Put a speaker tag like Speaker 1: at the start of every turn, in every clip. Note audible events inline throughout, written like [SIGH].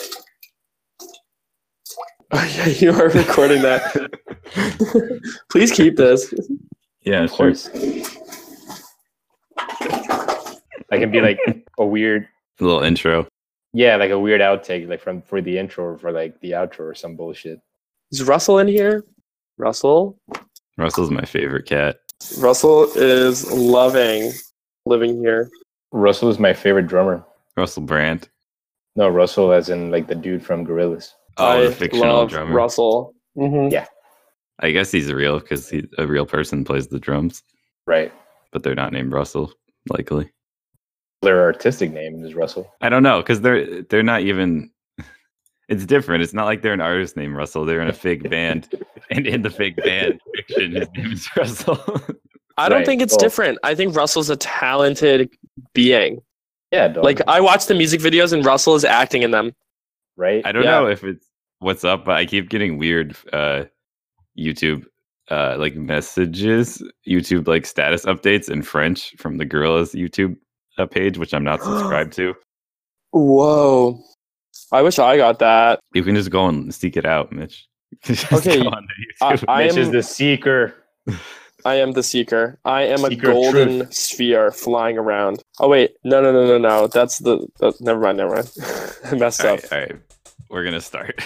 Speaker 1: [LAUGHS] Oh, yeah, you are recording
Speaker 2: [LAUGHS]
Speaker 1: that. Please keep this.
Speaker 3: Yeah, of course.
Speaker 2: That can
Speaker 1: [LAUGHS]
Speaker 2: be like a weird,
Speaker 3: A little intro.
Speaker 2: yeah, like a weird outtake, like from for the intro or for like the outro or some bullshit.
Speaker 1: Is Russell in here? Russell?
Speaker 3: Russell's my favorite cat.
Speaker 1: Russell is loving living here.
Speaker 2: Russell is my favorite drummer.
Speaker 3: Russell Brand.
Speaker 2: No, Russell, as in like the dude from Gorillaz.
Speaker 3: Oh, the
Speaker 1: I
Speaker 3: fictional
Speaker 1: love
Speaker 3: drummer.
Speaker 1: Russell. Mhm.
Speaker 3: I guess he's real because he a real person plays the drums,
Speaker 2: Right.
Speaker 3: but they're not named Russell, likely.
Speaker 2: Their artistic name is Russell.
Speaker 3: I don't know because they're they're not even. [LAUGHS] It's different. It's not like they're an artist named Russell. They're in a fake band, and in the fake band [LAUGHS] fiction, his name is Russell. [LAUGHS]
Speaker 1: I don't
Speaker 2: Right,
Speaker 1: think it's
Speaker 2: well-
Speaker 1: different. I think Russell's a talented being.
Speaker 2: Yeah, dog.
Speaker 1: Like I watch the music videos and Russell is acting in them.
Speaker 2: right?
Speaker 3: I don't
Speaker 2: Yeah.
Speaker 3: know if it's what's up, but I keep getting weird uh, YouTube uh, like messages, YouTube like status updates in French from the Gorillas YouTube uh, page, which
Speaker 1: [GASPS]
Speaker 3: I'm not subscribed to.
Speaker 1: Whoa. I wish I got that.
Speaker 3: You can just go and seek it out, Mitch. [LAUGHS] You can just
Speaker 1: Okay,
Speaker 3: go on to
Speaker 1: I-
Speaker 3: YouTube.
Speaker 1: I
Speaker 2: Mitch is
Speaker 1: am-
Speaker 2: the seeker.
Speaker 1: I am the seeker. I am a
Speaker 2: Seeker of
Speaker 1: golden sphere flying around. Oh wait, no, no, no, no, no. That's the. That, never mind, never mind. [LAUGHS] I messed
Speaker 3: all
Speaker 1: up.
Speaker 3: right, all right, we're gonna start.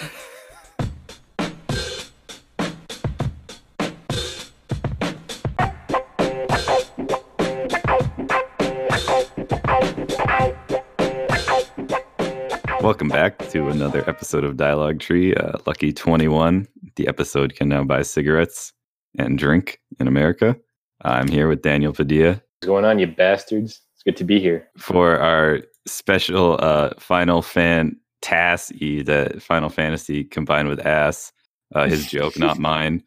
Speaker 3: Welcome back to another episode of Dialogue Tree. Uh, Lucky 21. The episode can now buy cigarettes and drink in America. I'm here with Daniel Padilla,
Speaker 2: What's going on, you bastards? It's good to be here.
Speaker 3: for our special uh Final Fan TAS E, the Final Fantasy combined with ass, uh, his joke, not mine,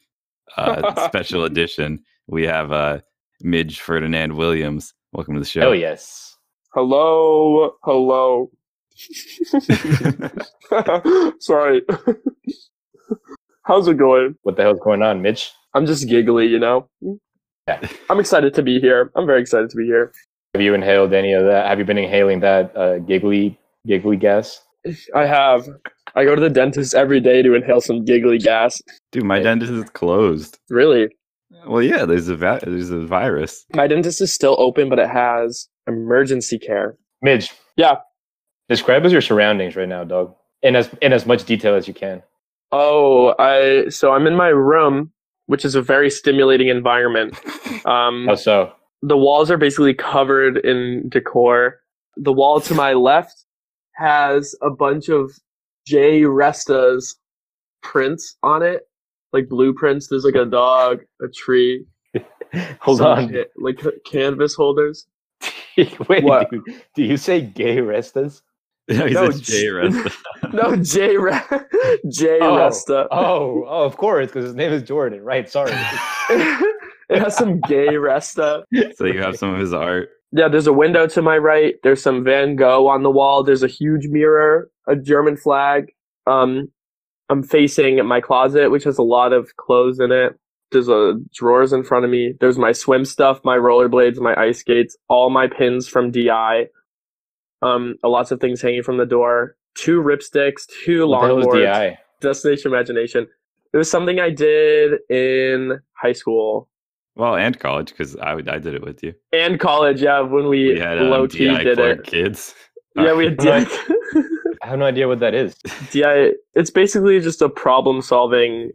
Speaker 3: uh, special edition. We have uh Midge Ferdinand Williams. Welcome to the show.
Speaker 2: Hell yes.
Speaker 1: Hello, hello. [LAUGHS] Sorry. [LAUGHS] How's it going?
Speaker 2: What the hell's going on, Mitch?
Speaker 1: I'm just giggly, you know.
Speaker 2: Yeah.
Speaker 1: I'm excited to be here. I'm very excited to be here.
Speaker 2: Have you inhaled any of that? Have you been inhaling that uh, giggly, giggly gas?
Speaker 1: I have. I go to the dentist every day to inhale some giggly gas.
Speaker 3: [LAUGHS] Dude, my
Speaker 2: Hey.
Speaker 3: dentist is closed.
Speaker 1: Really,
Speaker 3: Well, yeah, there's a va- there's a virus. [LAUGHS]
Speaker 1: my dentist is still open, but it has emergency care.
Speaker 2: Midge.
Speaker 1: Yeah.
Speaker 2: Describe us your surroundings right now, dog. In as in as much detail as you can.
Speaker 1: Oh, I so I'm in my room, which is a very stimulating environment. Um,
Speaker 2: How so?
Speaker 1: the walls are basically covered in decor. The wall to my left has a bunch of J Resta's prints on it, like blueprints. There's like a dog, a tree,
Speaker 2: [LAUGHS] Hold
Speaker 1: some
Speaker 2: on.
Speaker 1: ca- like ca- canvas holders.
Speaker 2: [LAUGHS] Wait,
Speaker 1: What?
Speaker 2: dude. Do you say gay restas?
Speaker 3: No, he's
Speaker 1: No,
Speaker 3: a J
Speaker 1: j-
Speaker 3: Resta.
Speaker 1: [LAUGHS] No, J Re- J
Speaker 2: Oh,
Speaker 1: Resta.
Speaker 2: Oh, oh, of course, because his name is Jordan. Right. [LAUGHS] Sorry. Oh.
Speaker 1: [LAUGHS] it has some gay Resta.
Speaker 3: so you have some of his art.
Speaker 1: Yeah, there's a window to my right. There's some Van Gogh on the wall. There's a huge mirror, a German flag. Um, I'm facing my closet, which has a lot of clothes in it. There's a drawers in front of me. There's my swim stuff, my rollerblades, my ice skates, all my pins from DI. Um, lots of things hanging from the door. Two ripsticks, two
Speaker 2: What the hell is
Speaker 1: longboards.
Speaker 2: DI?
Speaker 1: Destination Imagination. It was something I did in high school
Speaker 3: Well, and college because I would- I did it with you.
Speaker 1: and college. Yeah, when we,
Speaker 3: We had um,
Speaker 1: low key
Speaker 3: DI
Speaker 1: did
Speaker 3: Clark
Speaker 1: it.
Speaker 3: kids.
Speaker 1: Yeah, we had
Speaker 2: Right.
Speaker 1: DI.
Speaker 2: I have no idea what that is.
Speaker 1: DI, it's basically just a problem solving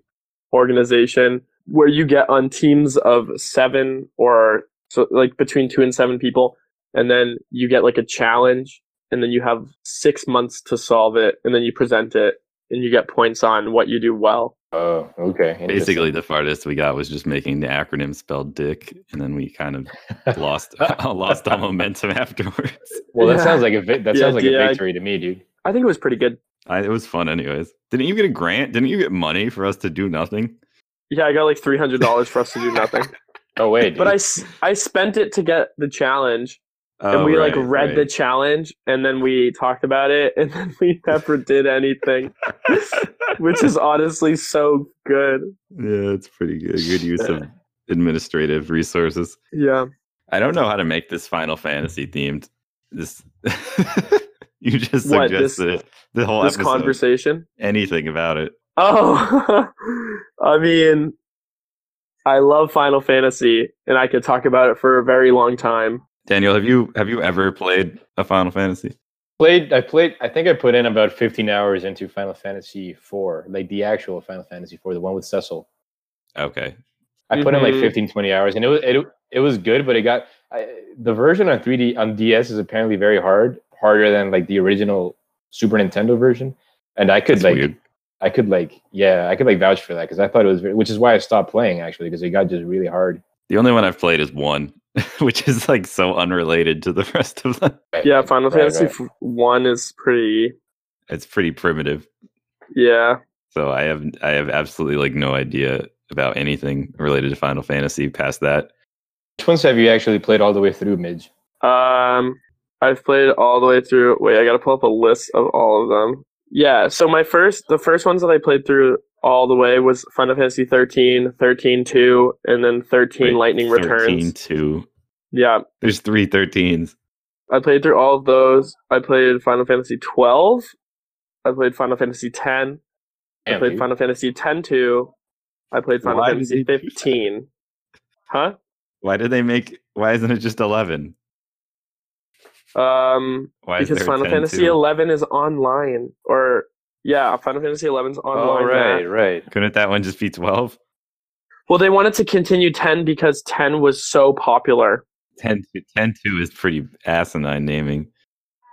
Speaker 1: organization where you get on teams of seven or so like between two and seven people, and then you get like a challenge, and then you have six months to solve it, and then you present it, and you get points on what you do well.
Speaker 2: Oh, okay. interesting.
Speaker 3: Basically, the farthest we got was just making the acronym spell "dick," and then we kind of
Speaker 1: [LAUGHS]
Speaker 3: lost [LAUGHS] lost all momentum afterwards.
Speaker 2: Well, that
Speaker 1: Yeah.
Speaker 2: sounds like a vi- that
Speaker 1: Yeah,
Speaker 2: sounds like
Speaker 1: DI.
Speaker 2: a victory to me, dude.
Speaker 1: I think it was pretty good.
Speaker 3: I, it was fun, anyways. Didn't you get a grant? Didn't you get money for us to do nothing?
Speaker 1: Yeah, I got like three hundred dollars for us to do nothing,
Speaker 2: No way, dude.
Speaker 1: but I, s- I spent it to get the challenge, and
Speaker 3: Oh,
Speaker 1: we like
Speaker 3: right,
Speaker 1: read the
Speaker 3: right.
Speaker 1: challenge and then we talked about it and [LAUGHS] then we never did
Speaker 3: [LAUGHS]
Speaker 1: anything which is honestly so good
Speaker 3: yeah, it's pretty good.
Speaker 1: [LAUGHS]
Speaker 3: Good use of administrative resources.
Speaker 1: yeah
Speaker 3: I don't know how to make this Final Fantasy themed. This [LAUGHS] you just
Speaker 1: What,
Speaker 3: suggested
Speaker 1: this-
Speaker 3: it. The whole
Speaker 1: this
Speaker 3: episode.
Speaker 1: conversation
Speaker 3: anything about it.
Speaker 1: Oh, [LAUGHS] I mean, I love Final Fantasy, and I could talk about it for a very long time.
Speaker 3: Daniel, have you have you ever played a Final Fantasy?
Speaker 2: Played. I played. I think I put in about 15 hours into Final Fantasy IV, like the actual Final Fantasy IV, the one with Cecil.
Speaker 3: Okay.
Speaker 2: I put in like
Speaker 1: Mhm.
Speaker 2: 15, 20 hours, and it was it, it was good, but it got I, the version on 3D on DS is apparently very hard, harder than like the original Super Nintendo version. And I could
Speaker 3: That's
Speaker 2: like
Speaker 3: weird.
Speaker 2: I could like yeah, I could like vouch for that because I thought it was very, which is why I stopped playing actually because it got just really hard.
Speaker 3: The only one I've played is one, [LAUGHS] which is like so unrelated to the [LAUGHS] rest of them.
Speaker 1: Yeah, Final
Speaker 2: Right,
Speaker 1: Fantasy
Speaker 2: right.
Speaker 1: f One is pretty.
Speaker 3: It's pretty primitive.
Speaker 1: Yeah,
Speaker 3: So I have I have absolutely like no idea about anything related to Final Fantasy past that.
Speaker 2: Which ones have you actually played all the way through, Midge?
Speaker 1: Um, I've played all the way through. Wait, I gotta pull up a list of all of them. Yeah, so my first, the first ones that I played through all the way was Final Fantasy 13, 13 2, and then 13
Speaker 3: Wait,
Speaker 1: Lightning
Speaker 3: 13
Speaker 1: Returns.
Speaker 3: two.
Speaker 1: Yeah,
Speaker 3: There's three 13s.
Speaker 1: I played through all of those. I played Final Fantasy 12. I played Final Fantasy 10. I
Speaker 2: Damn,
Speaker 1: played
Speaker 2: dude.
Speaker 1: Final Fantasy 10 2. I played Final
Speaker 3: Why did
Speaker 1: Fantasy
Speaker 3: they do that?
Speaker 1: 15. Huh?
Speaker 3: Why did they make why isn't it just 11?
Speaker 1: Um,
Speaker 3: Why is
Speaker 1: because
Speaker 3: there
Speaker 1: Final
Speaker 3: 10
Speaker 1: Fantasy
Speaker 3: too?
Speaker 1: 11 is online, or yeah, Final Fantasy 11's online.
Speaker 2: oh,
Speaker 1: right.
Speaker 2: right, right.
Speaker 3: Couldn't that one just be 12?
Speaker 1: Well, they wanted to continue 10 because 10 was so popular.
Speaker 3: 10 to 10 2 is pretty asinine naming.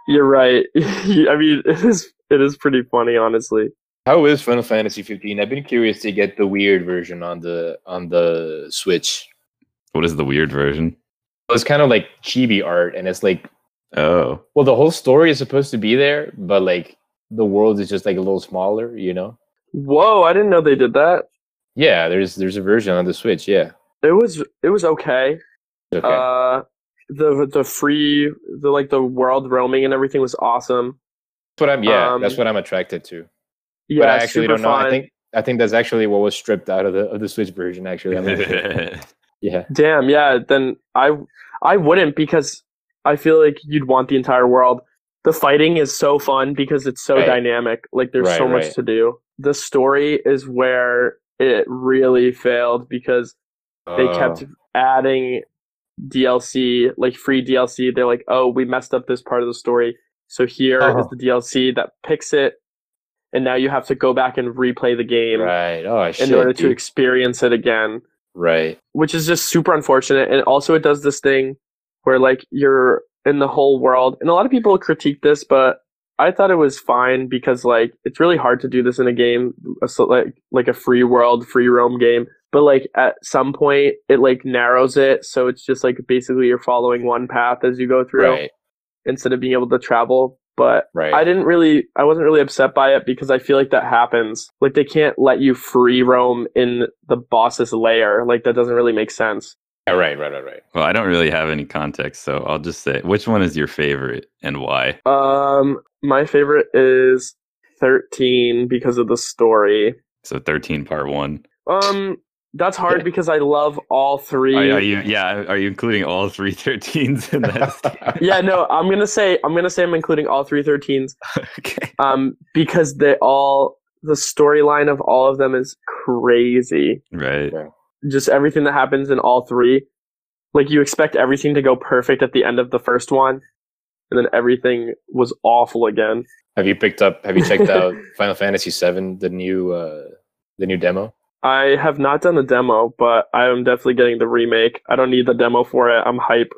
Speaker 1: You're right. [LAUGHS] I mean, it is it is pretty funny, honestly.
Speaker 2: How is Final Fantasy 15? I've been curious to get the weird version on the on the Switch.
Speaker 3: What is the weird version?
Speaker 2: It's kind of like chibi art, and it's like
Speaker 3: Oh.
Speaker 2: well, the whole story is supposed to be there, but like the world is just like a little smaller, you know?
Speaker 1: Whoa, I didn't know they did that.
Speaker 2: Yeah, there's there's a version on the Switch. Yeah.
Speaker 1: It was it was okay.
Speaker 2: Okay.
Speaker 1: Uh, the the free the like the world roaming and everything was awesome.
Speaker 2: that's what I'm. Yeah, that's
Speaker 1: um,
Speaker 2: what I'm attracted to.
Speaker 1: Yeah,
Speaker 2: but I actually
Speaker 1: super
Speaker 2: don't know.
Speaker 1: fun.
Speaker 2: I think I think that's actually what was stripped out of the of the Switch version. Actually, I'm
Speaker 1: [LAUGHS]
Speaker 2: not sure.
Speaker 3: [LAUGHS]
Speaker 2: yeah.
Speaker 1: Damn, yeah. Then I I wouldn't because I feel like you'd want the entire world. The fighting is so fun because it's so
Speaker 2: Right.
Speaker 1: dynamic. Like there's
Speaker 2: Right,
Speaker 1: so much
Speaker 2: right.
Speaker 1: to do. The story is where it really failed because they kept
Speaker 2: Oh.
Speaker 1: adding DLC, like free DLC. They're like, "Oh, we messed up this part of the story. So here is
Speaker 2: Uh-huh.
Speaker 1: the DLC that picks it." And now you have to go back and replay the game
Speaker 2: right. Oh shit.
Speaker 1: in order to
Speaker 2: dude.
Speaker 1: experience it again
Speaker 2: right.
Speaker 1: which is just super unfortunate. And also, it does this thing where like you're in the whole world, and a lot of people critique this, but I thought it was fine because like it's really hard to do this in a game, a so- like like a free world, free roam game. But like at some point, it like narrows it, so it's just like basically you're following one path as you go through
Speaker 2: Right.
Speaker 1: instead of being able to travel. But
Speaker 2: Right.
Speaker 1: I didn't really, I wasn't really upset by it because I feel like that happens. Like they can't let you free roam in the boss's lair. Like that doesn't really make sense.
Speaker 2: yeah, right. Right. Right. Right.
Speaker 3: Well, I don't really have any context, so I'll just say which one is your favorite and why?
Speaker 1: Um, my favorite is thirteen because of the story.
Speaker 3: So 13 part 1.
Speaker 1: Um, that's hard because I love all three.
Speaker 3: Are, are you yeah, are you including all three [LAUGHS] 13s
Speaker 1: [LAUGHS]
Speaker 3: in that? statement?
Speaker 1: yeah, no, I'm gonna say I'm gonna say I'm including all three 13s.
Speaker 3: okay.
Speaker 1: Um, because they all the storyline of all of them is crazy.
Speaker 3: Right.
Speaker 1: just everything that happens in all three. Like you expect everything to go perfect at the end of the first one, and then everything was awful again.
Speaker 2: [LAUGHS] Have you picked up? Have you
Speaker 1: [LAUGHS]
Speaker 2: checked out Final Fantasy VII, the new uh the new demo?
Speaker 1: I have not done the demo, but I am definitely getting the remake. I don't need the demo for it. I'm hype.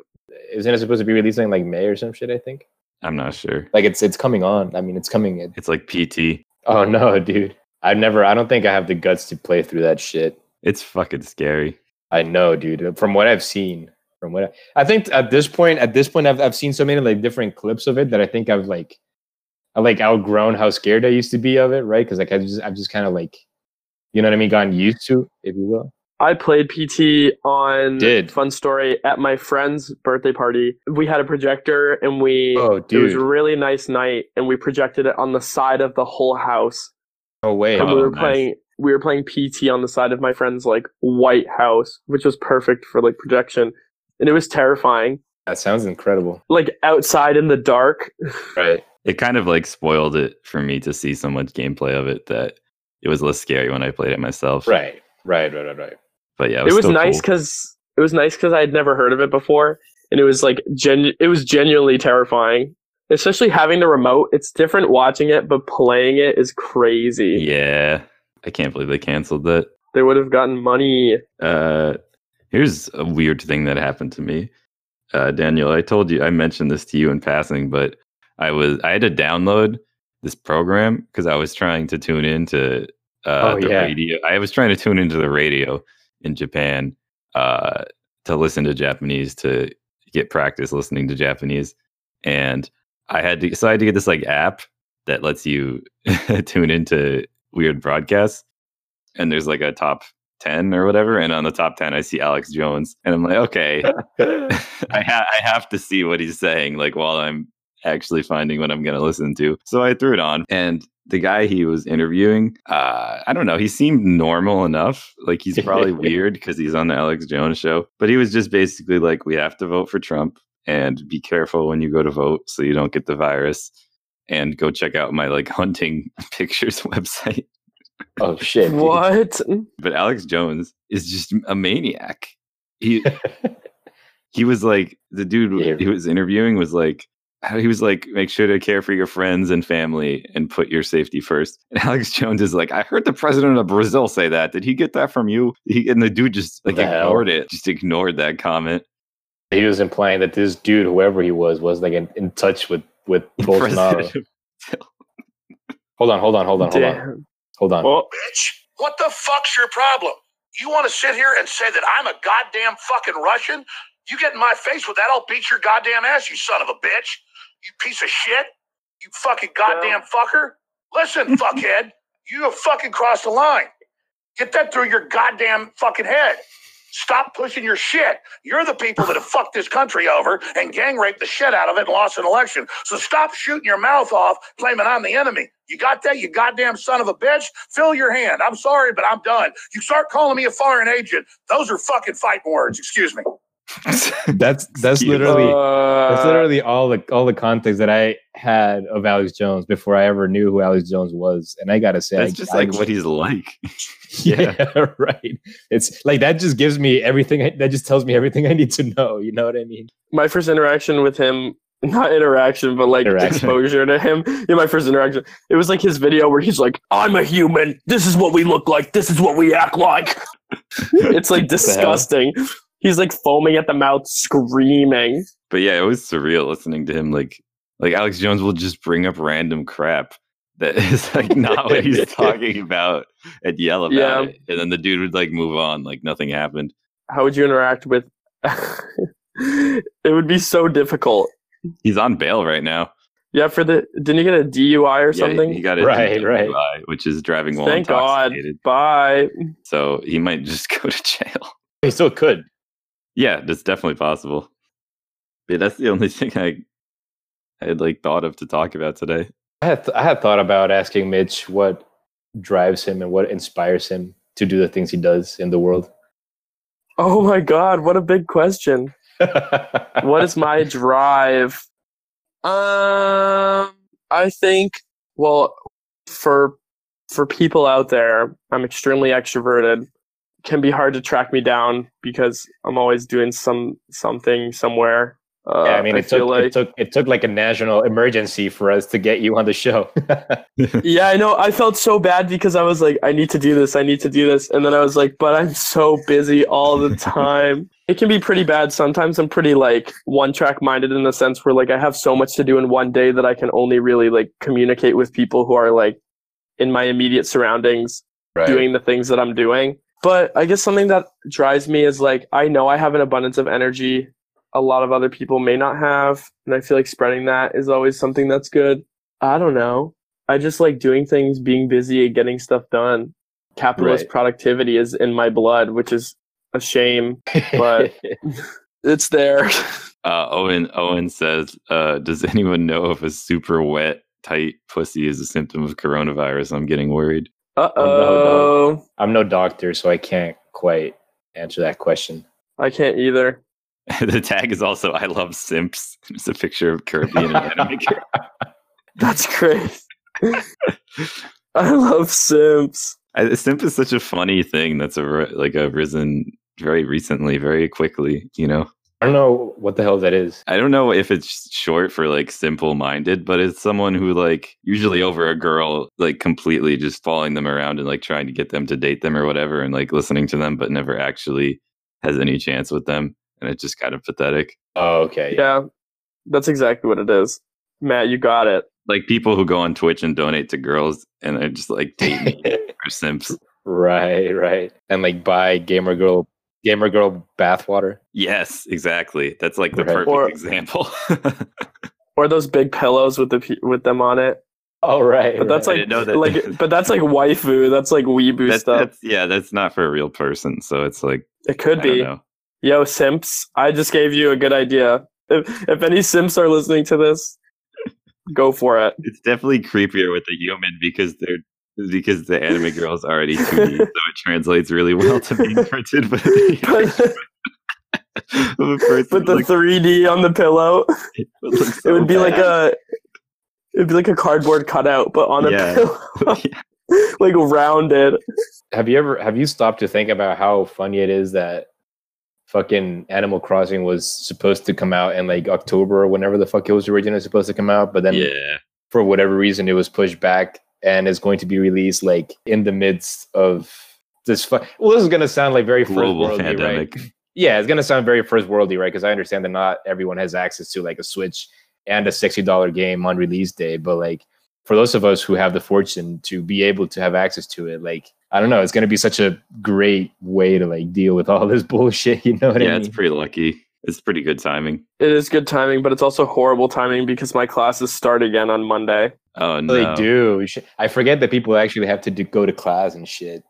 Speaker 2: Isn't it supposed to be releasing like May or some shit? I think.
Speaker 3: I'm not sure.
Speaker 2: Like it's it's coming on. I mean, it's coming. It,
Speaker 3: It's like PT.
Speaker 2: [LAUGHS] oh no, dude. I've never. I don't think I have the guts to play through that shit.
Speaker 3: It's fucking scary.
Speaker 2: I know, dude. From what I've seen, from what I, I think at this point, at this point, I've I've seen so many like different clips of it that I think I've like, I like outgrown how scared I used to be of it, right? Because like I just I've just kind of like, you know what I mean, gotten used to, if you will.
Speaker 1: I played PT on
Speaker 2: Did.
Speaker 1: Fun Story at my friend's birthday party. We had a projector and we
Speaker 2: Oh,
Speaker 1: it was a
Speaker 2: dude,
Speaker 1: really nice night and we projected it on the side of the whole house.
Speaker 2: no way.
Speaker 1: and
Speaker 3: Oh,
Speaker 1: we were
Speaker 3: nice.
Speaker 1: playing we were playing PT on the side of my friend's like white house, which was perfect for like projection. And it was terrifying.
Speaker 2: That sounds incredible,
Speaker 1: Like outside in the dark.
Speaker 2: right?
Speaker 3: It kind of like spoiled it for me to see so much gameplay of it that it was less scary when I played it myself.
Speaker 2: Right. Right. Right. Right. Right.
Speaker 3: But yeah,
Speaker 1: it was
Speaker 3: still
Speaker 1: nice
Speaker 3: cool.
Speaker 1: because it was nice because I had never heard of it before, and it was like gen. It was genuinely terrifying, especially having the remote. It's different watching it, but playing it is crazy.
Speaker 3: Yeah, I can't believe they canceled that.
Speaker 1: They would have gotten money.
Speaker 3: Uh, here's a weird thing that happened to me, uh, Daniel. I told you I mentioned this to you in passing, but I was I had to download this program because I was trying to tune into uh,
Speaker 2: Oh,
Speaker 3: the
Speaker 2: yeah.
Speaker 3: radio. I was trying to tune into the radio in Japan uh, to listen to Japanese to get practice listening to Japanese, and I had to so I had to get this like app that lets you [LAUGHS] tune into weird broadcasts, and there's like a top. 10 or whatever and on the top 10 i see alex jones and i'm like okay [LAUGHS] I, ha- I have to see what he's saying, like while I'm actually finding what I'm going to listen to. So I threw it on, and the guy he was interviewing, uh, I don't know, he seemed normal enough. Like he's probably weird because he's on the Alex Jones show, but he was just basically like, "We have to vote for Trump, and be careful when you go to vote so you don't get the virus." And go check out my like [LAUGHS] hunting pictures website.
Speaker 2: [LAUGHS] oh shit. dude.
Speaker 1: What?
Speaker 3: But Alex Jones is just a maniac.
Speaker 2: [LAUGHS]
Speaker 3: He he was like the dude
Speaker 2: Yeah.
Speaker 3: he was interviewing was like he was like make sure to care for your friends and family and put your safety first and [LAUGHS] alex jones is like i heard the president of brazil say that did he get that from you he, and the dude just like
Speaker 2: The hell?
Speaker 3: ignored it just ignored that comment [LAUGHS]
Speaker 2: he was implying that this dude, whoever he was, was like in, in touch with
Speaker 3: [LAUGHS]
Speaker 2: with Bolsonaro.
Speaker 3: President [LAUGHS] of-
Speaker 2: Hold on, hold on, hold on, hold on,
Speaker 1: Damn.
Speaker 2: hold on.
Speaker 1: Oh,
Speaker 4: bitch. What the fuck's your problem? You want to sit here and say that I'm a goddamn fucking Russian? You get in my face with that, I'll beat your goddamn ass, you son of a bitch. You piece of shit. You fucking goddamn fucker. Listen, fuckhead, you have fucking crossed the line. Get that through your goddamn fucking head. Stop pushing your shit. You're the people that have fucked this country over and gang raped the shit out of it and lost an election. So stop shooting your mouth off, blaming I'm the enemy. You got that, you goddamn son of a bitch? Fill your hand. I'm sorry, but I'm done. You start calling me a foreign agent. Those are fucking fighting words. Excuse me.
Speaker 2: That's that's
Speaker 3: Excuse-
Speaker 2: literally that's
Speaker 1: uh,
Speaker 2: literally all the all the context that I had of Alex Jones before I ever knew who Alex Jones was, and I gotta say,
Speaker 3: that's
Speaker 2: I-
Speaker 3: just
Speaker 2: I-
Speaker 3: like what he's like
Speaker 2: [LAUGHS] yeah, right. It's like that just gives me everything. I, that just tells me everything I need to know. You know what I mean?
Speaker 1: my first interaction with him not interaction but like
Speaker 2: Interaction.
Speaker 1: exposure to him yeah my first interaction it was like his video where he's like i'm a human this is what we look like this is what we act like it's like disgusting he's like foaming at the mouth screaming
Speaker 3: but yeah, it was surreal listening to him. Like, like Alex Jones will just bring up random crap that [LAUGHS] is like not what he's
Speaker 1: [LAUGHS]
Speaker 3: talking about and yell about
Speaker 1: Yeah.
Speaker 3: it, and then the dude would like move on, like nothing happened.
Speaker 1: how would you interact with [LAUGHS] it would be so difficult
Speaker 3: He's on bail right now.
Speaker 1: yeah for the didn't you get a dui or
Speaker 3: Yeah, he-
Speaker 1: something
Speaker 3: he got it
Speaker 2: Right, right.
Speaker 3: which is driving while
Speaker 1: Thank God.
Speaker 3: intoxicated.
Speaker 1: bye
Speaker 3: So he might just [LAUGHS] go to jail.
Speaker 2: He still could.
Speaker 3: Yeah, that's definitely possible. Yeah, that's the only thing I, I had like thought of to talk about today.
Speaker 2: I had I had thought about asking Mitch what drives him and what inspires him to do the things he does in the world. [LAUGHS]
Speaker 1: oh my god what a big question what is my drive? Um, I think well, for for people out there, I'm extremely extroverted. Can be hard to track me down because I'm always doing some something somewhere. Uh,
Speaker 2: Yeah, I mean, it
Speaker 1: feel
Speaker 2: took,
Speaker 1: like
Speaker 2: it took it took like a national emergency for us to get you on the show. [LAUGHS]
Speaker 1: [LAUGHS] yeah, I know. I felt so bad because I was like, I need to do this, I need to do this, and then I was like, but I'm so busy all the time. it can be pretty bad sometimes. I'm pretty like one track minded in the sense where like I have so much to do in one day that I can only really like communicate with people who are like in my immediate surroundings doing the things that I'm doing. But I guess something that drives me is like I know I have an abundance of energy a lot of other people may not have, and I feel like spreading that is always something that's good. I don't know. I just like doing things, being busy, and getting stuff done. Capitalist
Speaker 2: Right.
Speaker 1: productivity is in my blood, which is a shame. [LAUGHS]
Speaker 2: [LAUGHS]
Speaker 1: But- It's there.
Speaker 3: Uh, Owen Owen says, uh, "Does [LAUGHS] anyone know if a super wet, tight pussy is a symptom of coronavirus?" I'm getting worried. [LAUGHS]
Speaker 1: Uh
Speaker 2: Oh, no,
Speaker 1: oh.
Speaker 2: I'm no doctor, so I can't quite answer that question.
Speaker 1: I can't either.
Speaker 3: the tag is also "I love simps." [LAUGHS] It's
Speaker 1: [LAUGHS]
Speaker 3: a
Speaker 2: [LAUGHS]
Speaker 3: picture of Kirby and an anime character.
Speaker 1: That's great. I love simps.
Speaker 3: [LAUGHS] I, simp is such a funny thing that's a, like arisen very recently, very quickly. You know,
Speaker 2: I don't know what the hell that is.
Speaker 3: I don't know if it's short for like simple minded, but it's someone who like usually over a girl, like completely just following them around and like trying to get them to date them or whatever, and like listening to them, but never actually has any chance with them, and it's just kind of pathetic.
Speaker 2: Oh, okay.
Speaker 1: Yeah, that's exactly what it is. Matt, you got it.
Speaker 3: Like people who go on Twitch and donate to girls and they're just like date
Speaker 1: [LAUGHS]
Speaker 3: me or simps.
Speaker 2: [LAUGHS] Right, right. And like buy gamer girl gamer girl bathwater.
Speaker 3: Yes, exactly. That's like the
Speaker 2: Right.
Speaker 3: perfect
Speaker 1: Or-
Speaker 3: example. [LAUGHS]
Speaker 1: Or those big pillows with the pe- with them on it.
Speaker 2: Oh right.
Speaker 1: But that's
Speaker 3: I
Speaker 1: like
Speaker 3: didn't know that. [LAUGHS]
Speaker 1: like but that's like waifu. That's like weeboo
Speaker 3: that's,
Speaker 1: stuff.
Speaker 3: that's yeah, that's not for a real person. So it's like
Speaker 1: it could
Speaker 3: I don't
Speaker 1: be.
Speaker 3: know.
Speaker 1: Yo, simps, I just gave you a good idea. If, if any simps are listening to this, go for it. [LAUGHS]
Speaker 3: It's definitely creepier with the human because they're because the anime girl's already 2D, so it translates really well to
Speaker 1: [LAUGHS]
Speaker 3: being printed [LAUGHS] with the
Speaker 1: But,
Speaker 3: image of a person.
Speaker 1: but the
Speaker 3: Like,
Speaker 1: 3D on the pillow,
Speaker 3: it looks
Speaker 1: it
Speaker 3: so
Speaker 1: would be like
Speaker 3: bad.
Speaker 1: a it'd be like a cardboard cutout, but on a
Speaker 3: Yeah. [LAUGHS]
Speaker 1: pillow, [LAUGHS] like rounded.
Speaker 2: have you ever have you stopped to think about how funny it is that fucking Animal Crossing was supposed to come out in like October or whenever the fuck it was originally supposed to come out, but then
Speaker 3: yeah.
Speaker 2: for whatever reason it was pushed back and is going to be released like in the midst of this fu- well this is going to sound like very
Speaker 3: Global
Speaker 2: first worldy,
Speaker 3: pandemic.
Speaker 2: right? yeah it's going to sound very first worldy right because i understand that not everyone has access to like a switch and a $60 game on release day but like for those of us who have the fortune to be able to have access to it like i don't know it's going to be such a great way to like deal with all [LAUGHS] this bullshit you know what
Speaker 3: Yeah,
Speaker 2: i
Speaker 3: it's
Speaker 2: mean
Speaker 3: pretty lucky. It's pretty good timing.
Speaker 1: It is good timing, but it's also horrible timing because my classes start again on Monday.
Speaker 3: Oh no,
Speaker 2: they do We should- i forget that people actually have to do, go to class and shit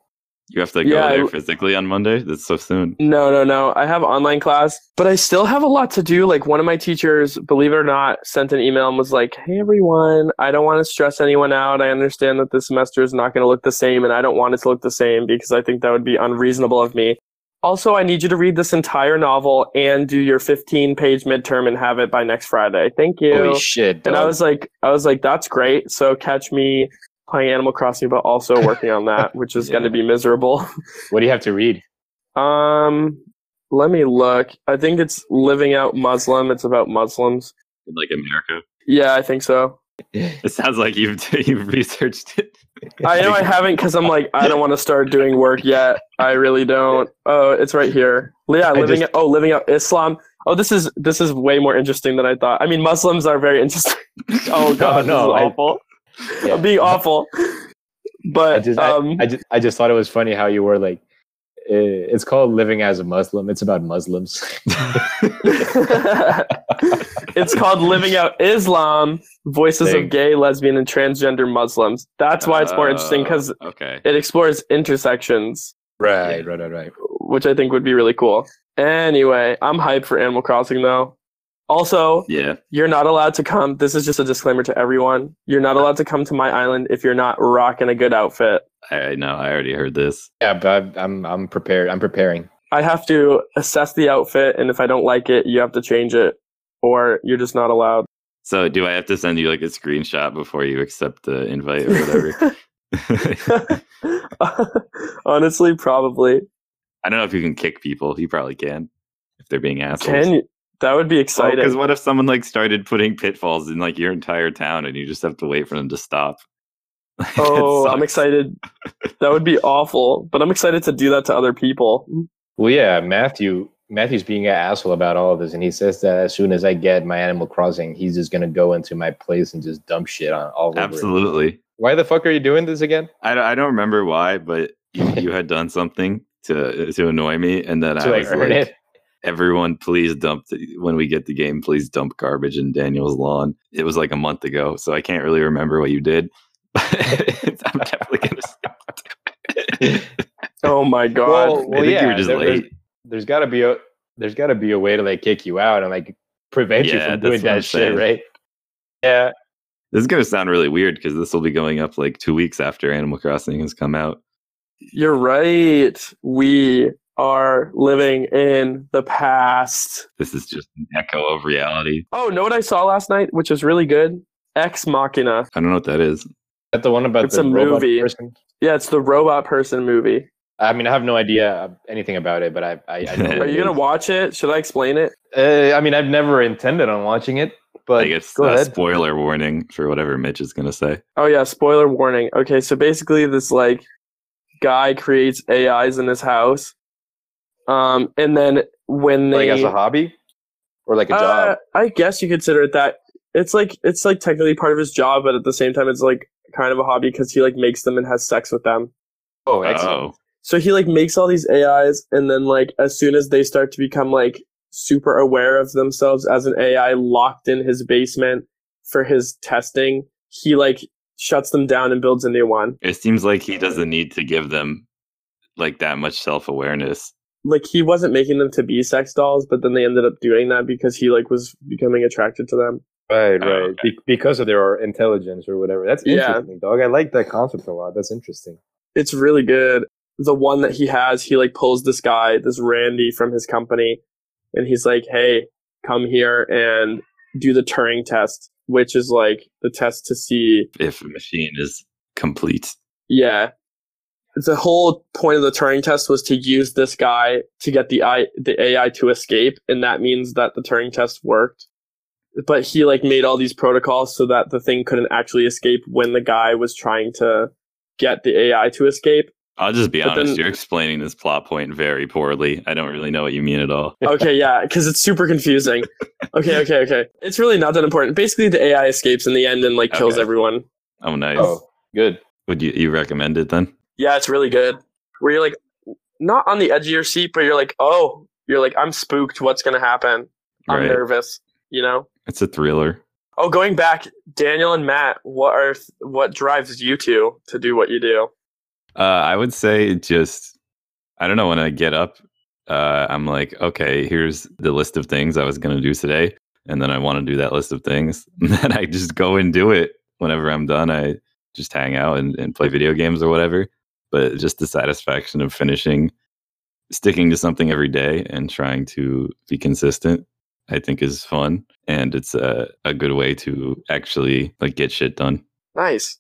Speaker 3: you have to go
Speaker 1: Yeah, I
Speaker 3: there
Speaker 1: w-
Speaker 3: physically on Monday. That's so soon.
Speaker 1: No, no, no. I have online class, but I still have a lot to do. Like one of my teachers, believe it or not, sent an email and was like, "Hey everyone, I don't want to stress anyone out. I understand that this semester is not going to look the same and I don't want it to look the same because I think that would be unreasonable of me. Also, I need you to read this entire novel and do your 15-page midterm and have it by next Friday. Thank you."
Speaker 2: holy shit
Speaker 1: and I
Speaker 2: dog.
Speaker 1: was like, I was like, "That's great. So catch me playing Animal Crossing but
Speaker 2: [LAUGHS]
Speaker 1: also working on that, which is going to be miserable." [LAUGHS]
Speaker 2: what do you have to read
Speaker 1: Um, let me look. I think it's living out Muslim. It's about Muslims.
Speaker 3: In, like America,
Speaker 1: Yeah, I think so.
Speaker 3: it sounds like you've [LAUGHS] you've researched it.
Speaker 1: I know I haven't because I'm like I don't want to start doing work yet. I really don't. Oh, it's right here. Yeah, living.
Speaker 2: just-
Speaker 1: oh, living out Islam. Oh, this is this is way more interesting than I thought. I mean, Muslims are very [LAUGHS] interesting. Oh
Speaker 2: [LAUGHS]
Speaker 1: God,
Speaker 2: no,
Speaker 1: this
Speaker 2: I-
Speaker 1: is awful.
Speaker 2: Yeah.
Speaker 1: I'm being awful. But
Speaker 2: I just, I-
Speaker 1: um,
Speaker 2: I, just, I just thought it was funny how you were like, eh, it's called living as a Muslim. It's about Muslims. [LAUGHS]
Speaker 1: [LAUGHS] it's called Living Out Islam Voices
Speaker 3: Thank-
Speaker 1: of Gay, Lesbian, and Transgender Muslims. That's why it's more interesting because
Speaker 3: Uh, okay,
Speaker 1: it explores intersections,
Speaker 2: right, right, right, right.
Speaker 1: which I think would be really cool. Anyway, I'm hyped for Animal Crossing though. Also,
Speaker 3: yeah,
Speaker 1: you're not allowed to come. This is just a disclaimer to everyone. You're not allowed to come to my island if you're not rocking a good outfit.
Speaker 3: I I know. I already heard this.
Speaker 2: Yeah, but I'm- I'm I'm prepared. I'm preparing.
Speaker 1: I have to assess the outfit, and if I don't like it, you have to change it, or you're just not allowed.
Speaker 3: So, do I have to send you like a screenshot before you accept the invite or
Speaker 1: [LAUGHS]
Speaker 3: whatever? [LAUGHS]
Speaker 1: Honestly, probably.
Speaker 3: I don't know if you can kick people. You probably can if they're being assholes.
Speaker 1: Can you? That would be
Speaker 2: Oh,
Speaker 1: exciting.
Speaker 2: [LAUGHS]
Speaker 3: Because what if someone like started putting pitfalls in like your entire town and you just have to wait for them to stop? [LAUGHS] It
Speaker 1: oh, I'm
Speaker 3: sucks.
Speaker 1: excited. That would be awful, but I'm excited to do that to other people.
Speaker 2: Well, yeah, Matthew. Matthew's being an asshole about all of this, and he says that as soon as I get my Animal Crossing, he's just gonna go into my place and just dump shit on all over. it.
Speaker 3: Absolutely.
Speaker 2: Why the fuck are you doing this again?
Speaker 3: I don't, I don't remember why, but
Speaker 2: [LAUGHS]
Speaker 3: you, you had done something to to annoy me, and then
Speaker 2: To
Speaker 3: I
Speaker 2: like
Speaker 3: was
Speaker 2: earn
Speaker 3: like,
Speaker 2: it.
Speaker 3: everyone, please dump when we get the game, please dump garbage in Daniel's lawn. It was like a month ago, so I can't really remember what you did. [LAUGHS] I'm definitely gonna. say-
Speaker 1: Oh my
Speaker 2: Well,
Speaker 1: god.
Speaker 3: I
Speaker 2: well,
Speaker 3: think
Speaker 2: yeah.
Speaker 3: you were just
Speaker 2: there- there's-
Speaker 3: late.
Speaker 2: there's gotta be a there's gotta be a way to like kick you out and like prevent you
Speaker 3: Yeah,
Speaker 2: from
Speaker 3: that's
Speaker 2: doing
Speaker 3: what I'm
Speaker 2: that shit,
Speaker 3: saying.
Speaker 2: right? Yeah.
Speaker 3: This is gonna sound really weird because this will be going up like two weeks after Animal Crossing has come out.
Speaker 1: You're right. We are living in the past.
Speaker 3: This is just an echo of reality.
Speaker 1: Oh, know what I saw last night, which is really good? Ex Machina.
Speaker 3: I don't know what that is.
Speaker 2: that the one about
Speaker 1: It's
Speaker 2: the
Speaker 1: a
Speaker 2: robot
Speaker 1: movie.
Speaker 2: person?
Speaker 1: Yeah, it's the robot person movie.
Speaker 2: I mean, I have no idea uh, anything about it, but I, I, [LAUGHS] I know. what
Speaker 1: Are
Speaker 2: it
Speaker 1: you gonna
Speaker 2: is.
Speaker 1: watch it? Should I explain it?
Speaker 2: Uh, I mean, I've never intended on watching it, but
Speaker 3: I guess
Speaker 2: go
Speaker 3: a
Speaker 2: ahead.
Speaker 3: spoiler warning for whatever Mitch is gonna say.
Speaker 1: Oh yeah, spoiler warning. Okay, so basically this like guy creates AIs in his house. Um and then when
Speaker 2: like
Speaker 1: they
Speaker 2: as a hobby or like a
Speaker 1: Uh,
Speaker 2: job.
Speaker 1: I guess you consider it that. It's like it's like technically part of his job, but at the same time it's like kind of a hobby because he like makes them and has sex with them.
Speaker 2: Oh, excellent.
Speaker 3: Oh,
Speaker 1: So he like makes all these AIs and then like as soon as they start to become like super aware of themselves as an AI locked in his basement for his testing, he like shuts them down and builds a new one.
Speaker 3: it seems like he doesn't need to give them like that much self awareness.
Speaker 1: Like he wasn't making them to be sex dolls, but then they ended up doing that because he like was becoming attracted to them.
Speaker 2: Right,
Speaker 3: Oh,
Speaker 2: right. Be- because of their intelligence or whatever. That's
Speaker 1: Yeah.
Speaker 2: interesting, dog. I like that concept a lot. That's interesting.
Speaker 1: it's really good. The one that he has, he like pulls this guy, this Randy from his company, and he's like, "Hey, come here and do the Turing test, which is like the test to see,
Speaker 3: If a machine is complete,
Speaker 1: yeah." The whole point of the Turing test was to use this guy to get the I, the AI to escape, and that means that the Turing test worked. But he like made all these protocols so that the thing couldn't actually escape when the guy was trying to get the AI to escape.
Speaker 3: I'll just be
Speaker 1: But
Speaker 3: honest.
Speaker 1: then-
Speaker 3: you're explaining this plot point very poorly. I don't really know what you mean at all.
Speaker 1: okay, yeah, because it's super confusing. Okay, okay, okay. It's really not that important. Basically, the AI escapes in the end and like kills
Speaker 3: Okay.
Speaker 1: everyone.
Speaker 3: Oh, nice.
Speaker 2: Oh, good.
Speaker 3: Would you you recommend it then?
Speaker 1: Yeah, it's really good. Where you're like not on the edge of your seat, but you're like, oh, you're like, I'm spooked. What's gonna happen? I'm
Speaker 3: Right.
Speaker 1: nervous. You know.
Speaker 3: It's a thriller.
Speaker 1: Oh, going back, Daniel and Matt, what are th- what drives you two to do what you do?
Speaker 3: Uh, I would say it just, I don't know, when I get up, uh, I'm like, okay, here's the list of things I was going to do today. And then I want to do that list of things. [LAUGHS] And then I just go and do it. Whenever I'm done, I just hang out and, and play video games or whatever. But just the satisfaction of finishing, sticking to something every day and trying to be consistent, I think is fun. And it's a, a good way to actually like get shit done.
Speaker 1: Nice.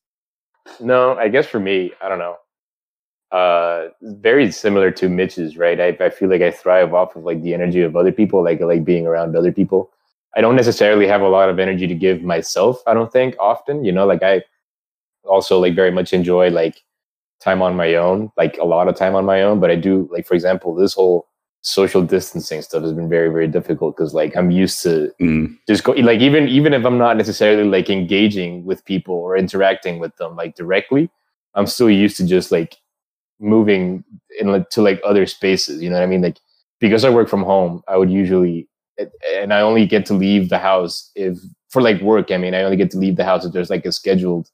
Speaker 2: No, I guess for me, I don't know. Uh, very similar to Mitch's, right? I, I feel like I thrive off of like the energy of other people, like I like being around other people. I don't necessarily have a lot of energy to give myself. I don't think often, you know, like I also like very much enjoy like time on my own, like a lot of time on my own. But I do like, for example, this whole social distancing stuff has been very, very difficult because like I'm used to
Speaker 3: Mm,
Speaker 2: just go like even even if i'm not necessarily like engaging with people or interacting with them like directly i'm still used to just like moving in like, to like other spaces you know what i mean like because i work from home i would usually and i only get to leave the house if for like work i mean i only get to leave the house if there's like a scheduled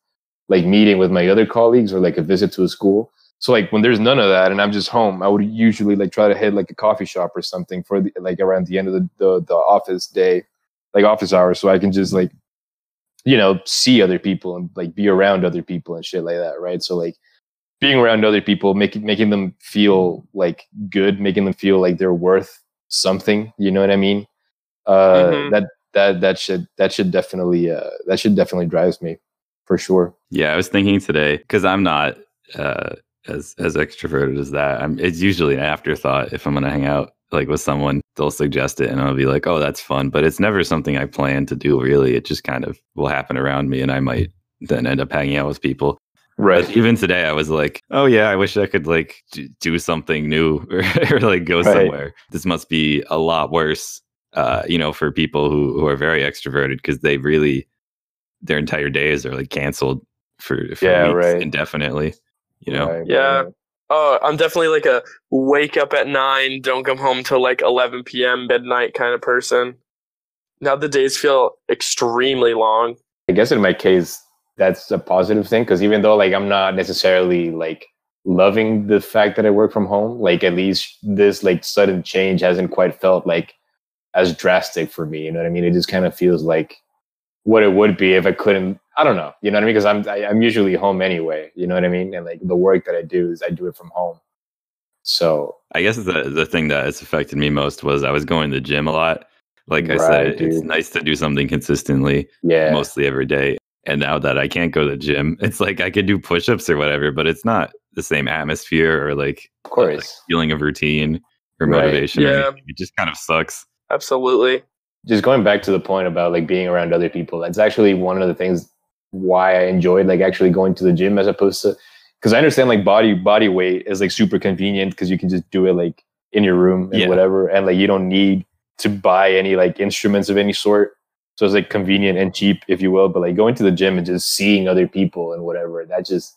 Speaker 2: like meeting with my other colleagues or like a visit to a school so like when there's none of that and i'm just home i would usually like try to hit like a coffee shop or something for the, like around the end of the, the the office day like office hours so I can just like you know see other people and like be around other people and shit like that right so like being around other people making making them feel like good making them feel like they're worth something you know what I mean uh
Speaker 1: Mhm.
Speaker 2: that that that should that should definitely uh that should definitely drives me for sure
Speaker 3: Yeah, I was thinking today because I'm not uh, as as extroverted as that. I'm. It's usually an afterthought if I'm going to hang out like with someone. They'll suggest it, and I'll be like, "Oh, that's fun," but it's never something I plan to do. Really, it just kind of will happen around me, and I might then end up hanging out with people. But even today, I was like, "Oh yeah, I wish I could like d- do something new [LAUGHS] or, or, like go
Speaker 2: Right.
Speaker 3: somewhere." This must be a lot worse, uh, you know, for people who who are very extroverted because they really their entire days are like canceled for, for
Speaker 2: Yeah,
Speaker 3: weeks
Speaker 2: right.
Speaker 3: indefinitely. You know,
Speaker 2: Right,
Speaker 1: Yeah.
Speaker 2: right.
Speaker 1: Oh, I'm definitely like a wake up at nine, don't come home till like 11 p.m. midnight kind of person. Now the days feel extremely long.
Speaker 2: I guess in my case, that's a positive thing because even though like I'm not necessarily like loving the fact that I work from home, like at least this like sudden change hasn't quite felt like as drastic for me. You know what I mean? It just kind of feels like what it would be if I couldn't. I don't know. You know what I mean? Because I'm I, I'm usually home anyway. You know what I mean? And like the work that I do is I do it from home. So
Speaker 3: I guess the the thing that has affected me most was I was going to the gym a lot. Like I
Speaker 2: Right,
Speaker 3: said, it's
Speaker 2: dude.
Speaker 3: nice to do something consistently,
Speaker 2: yeah,
Speaker 3: mostly every day. And now that I can't go to the gym, [LAUGHS] it's like I could do push ups or whatever, but it's not the same atmosphere or like,
Speaker 2: Of
Speaker 3: uh, like,
Speaker 2: course.
Speaker 3: feeling of routine or
Speaker 2: Right.
Speaker 3: motivation. or
Speaker 1: Yeah.
Speaker 3: anything. It just kind of sucks.
Speaker 1: Absolutely.
Speaker 2: Just going back to the point about like being around other people, that's actually one of the things why I enjoyed like actually going to the gym as opposed to because I understand like body body weight is like super convenient because you can just do it like in your room and
Speaker 3: Yeah.
Speaker 2: whatever, and like you don't need to buy any like instruments of any sort. So it's like convenient and cheap, if you will. But like going to the gym and just seeing other people and whatever, that just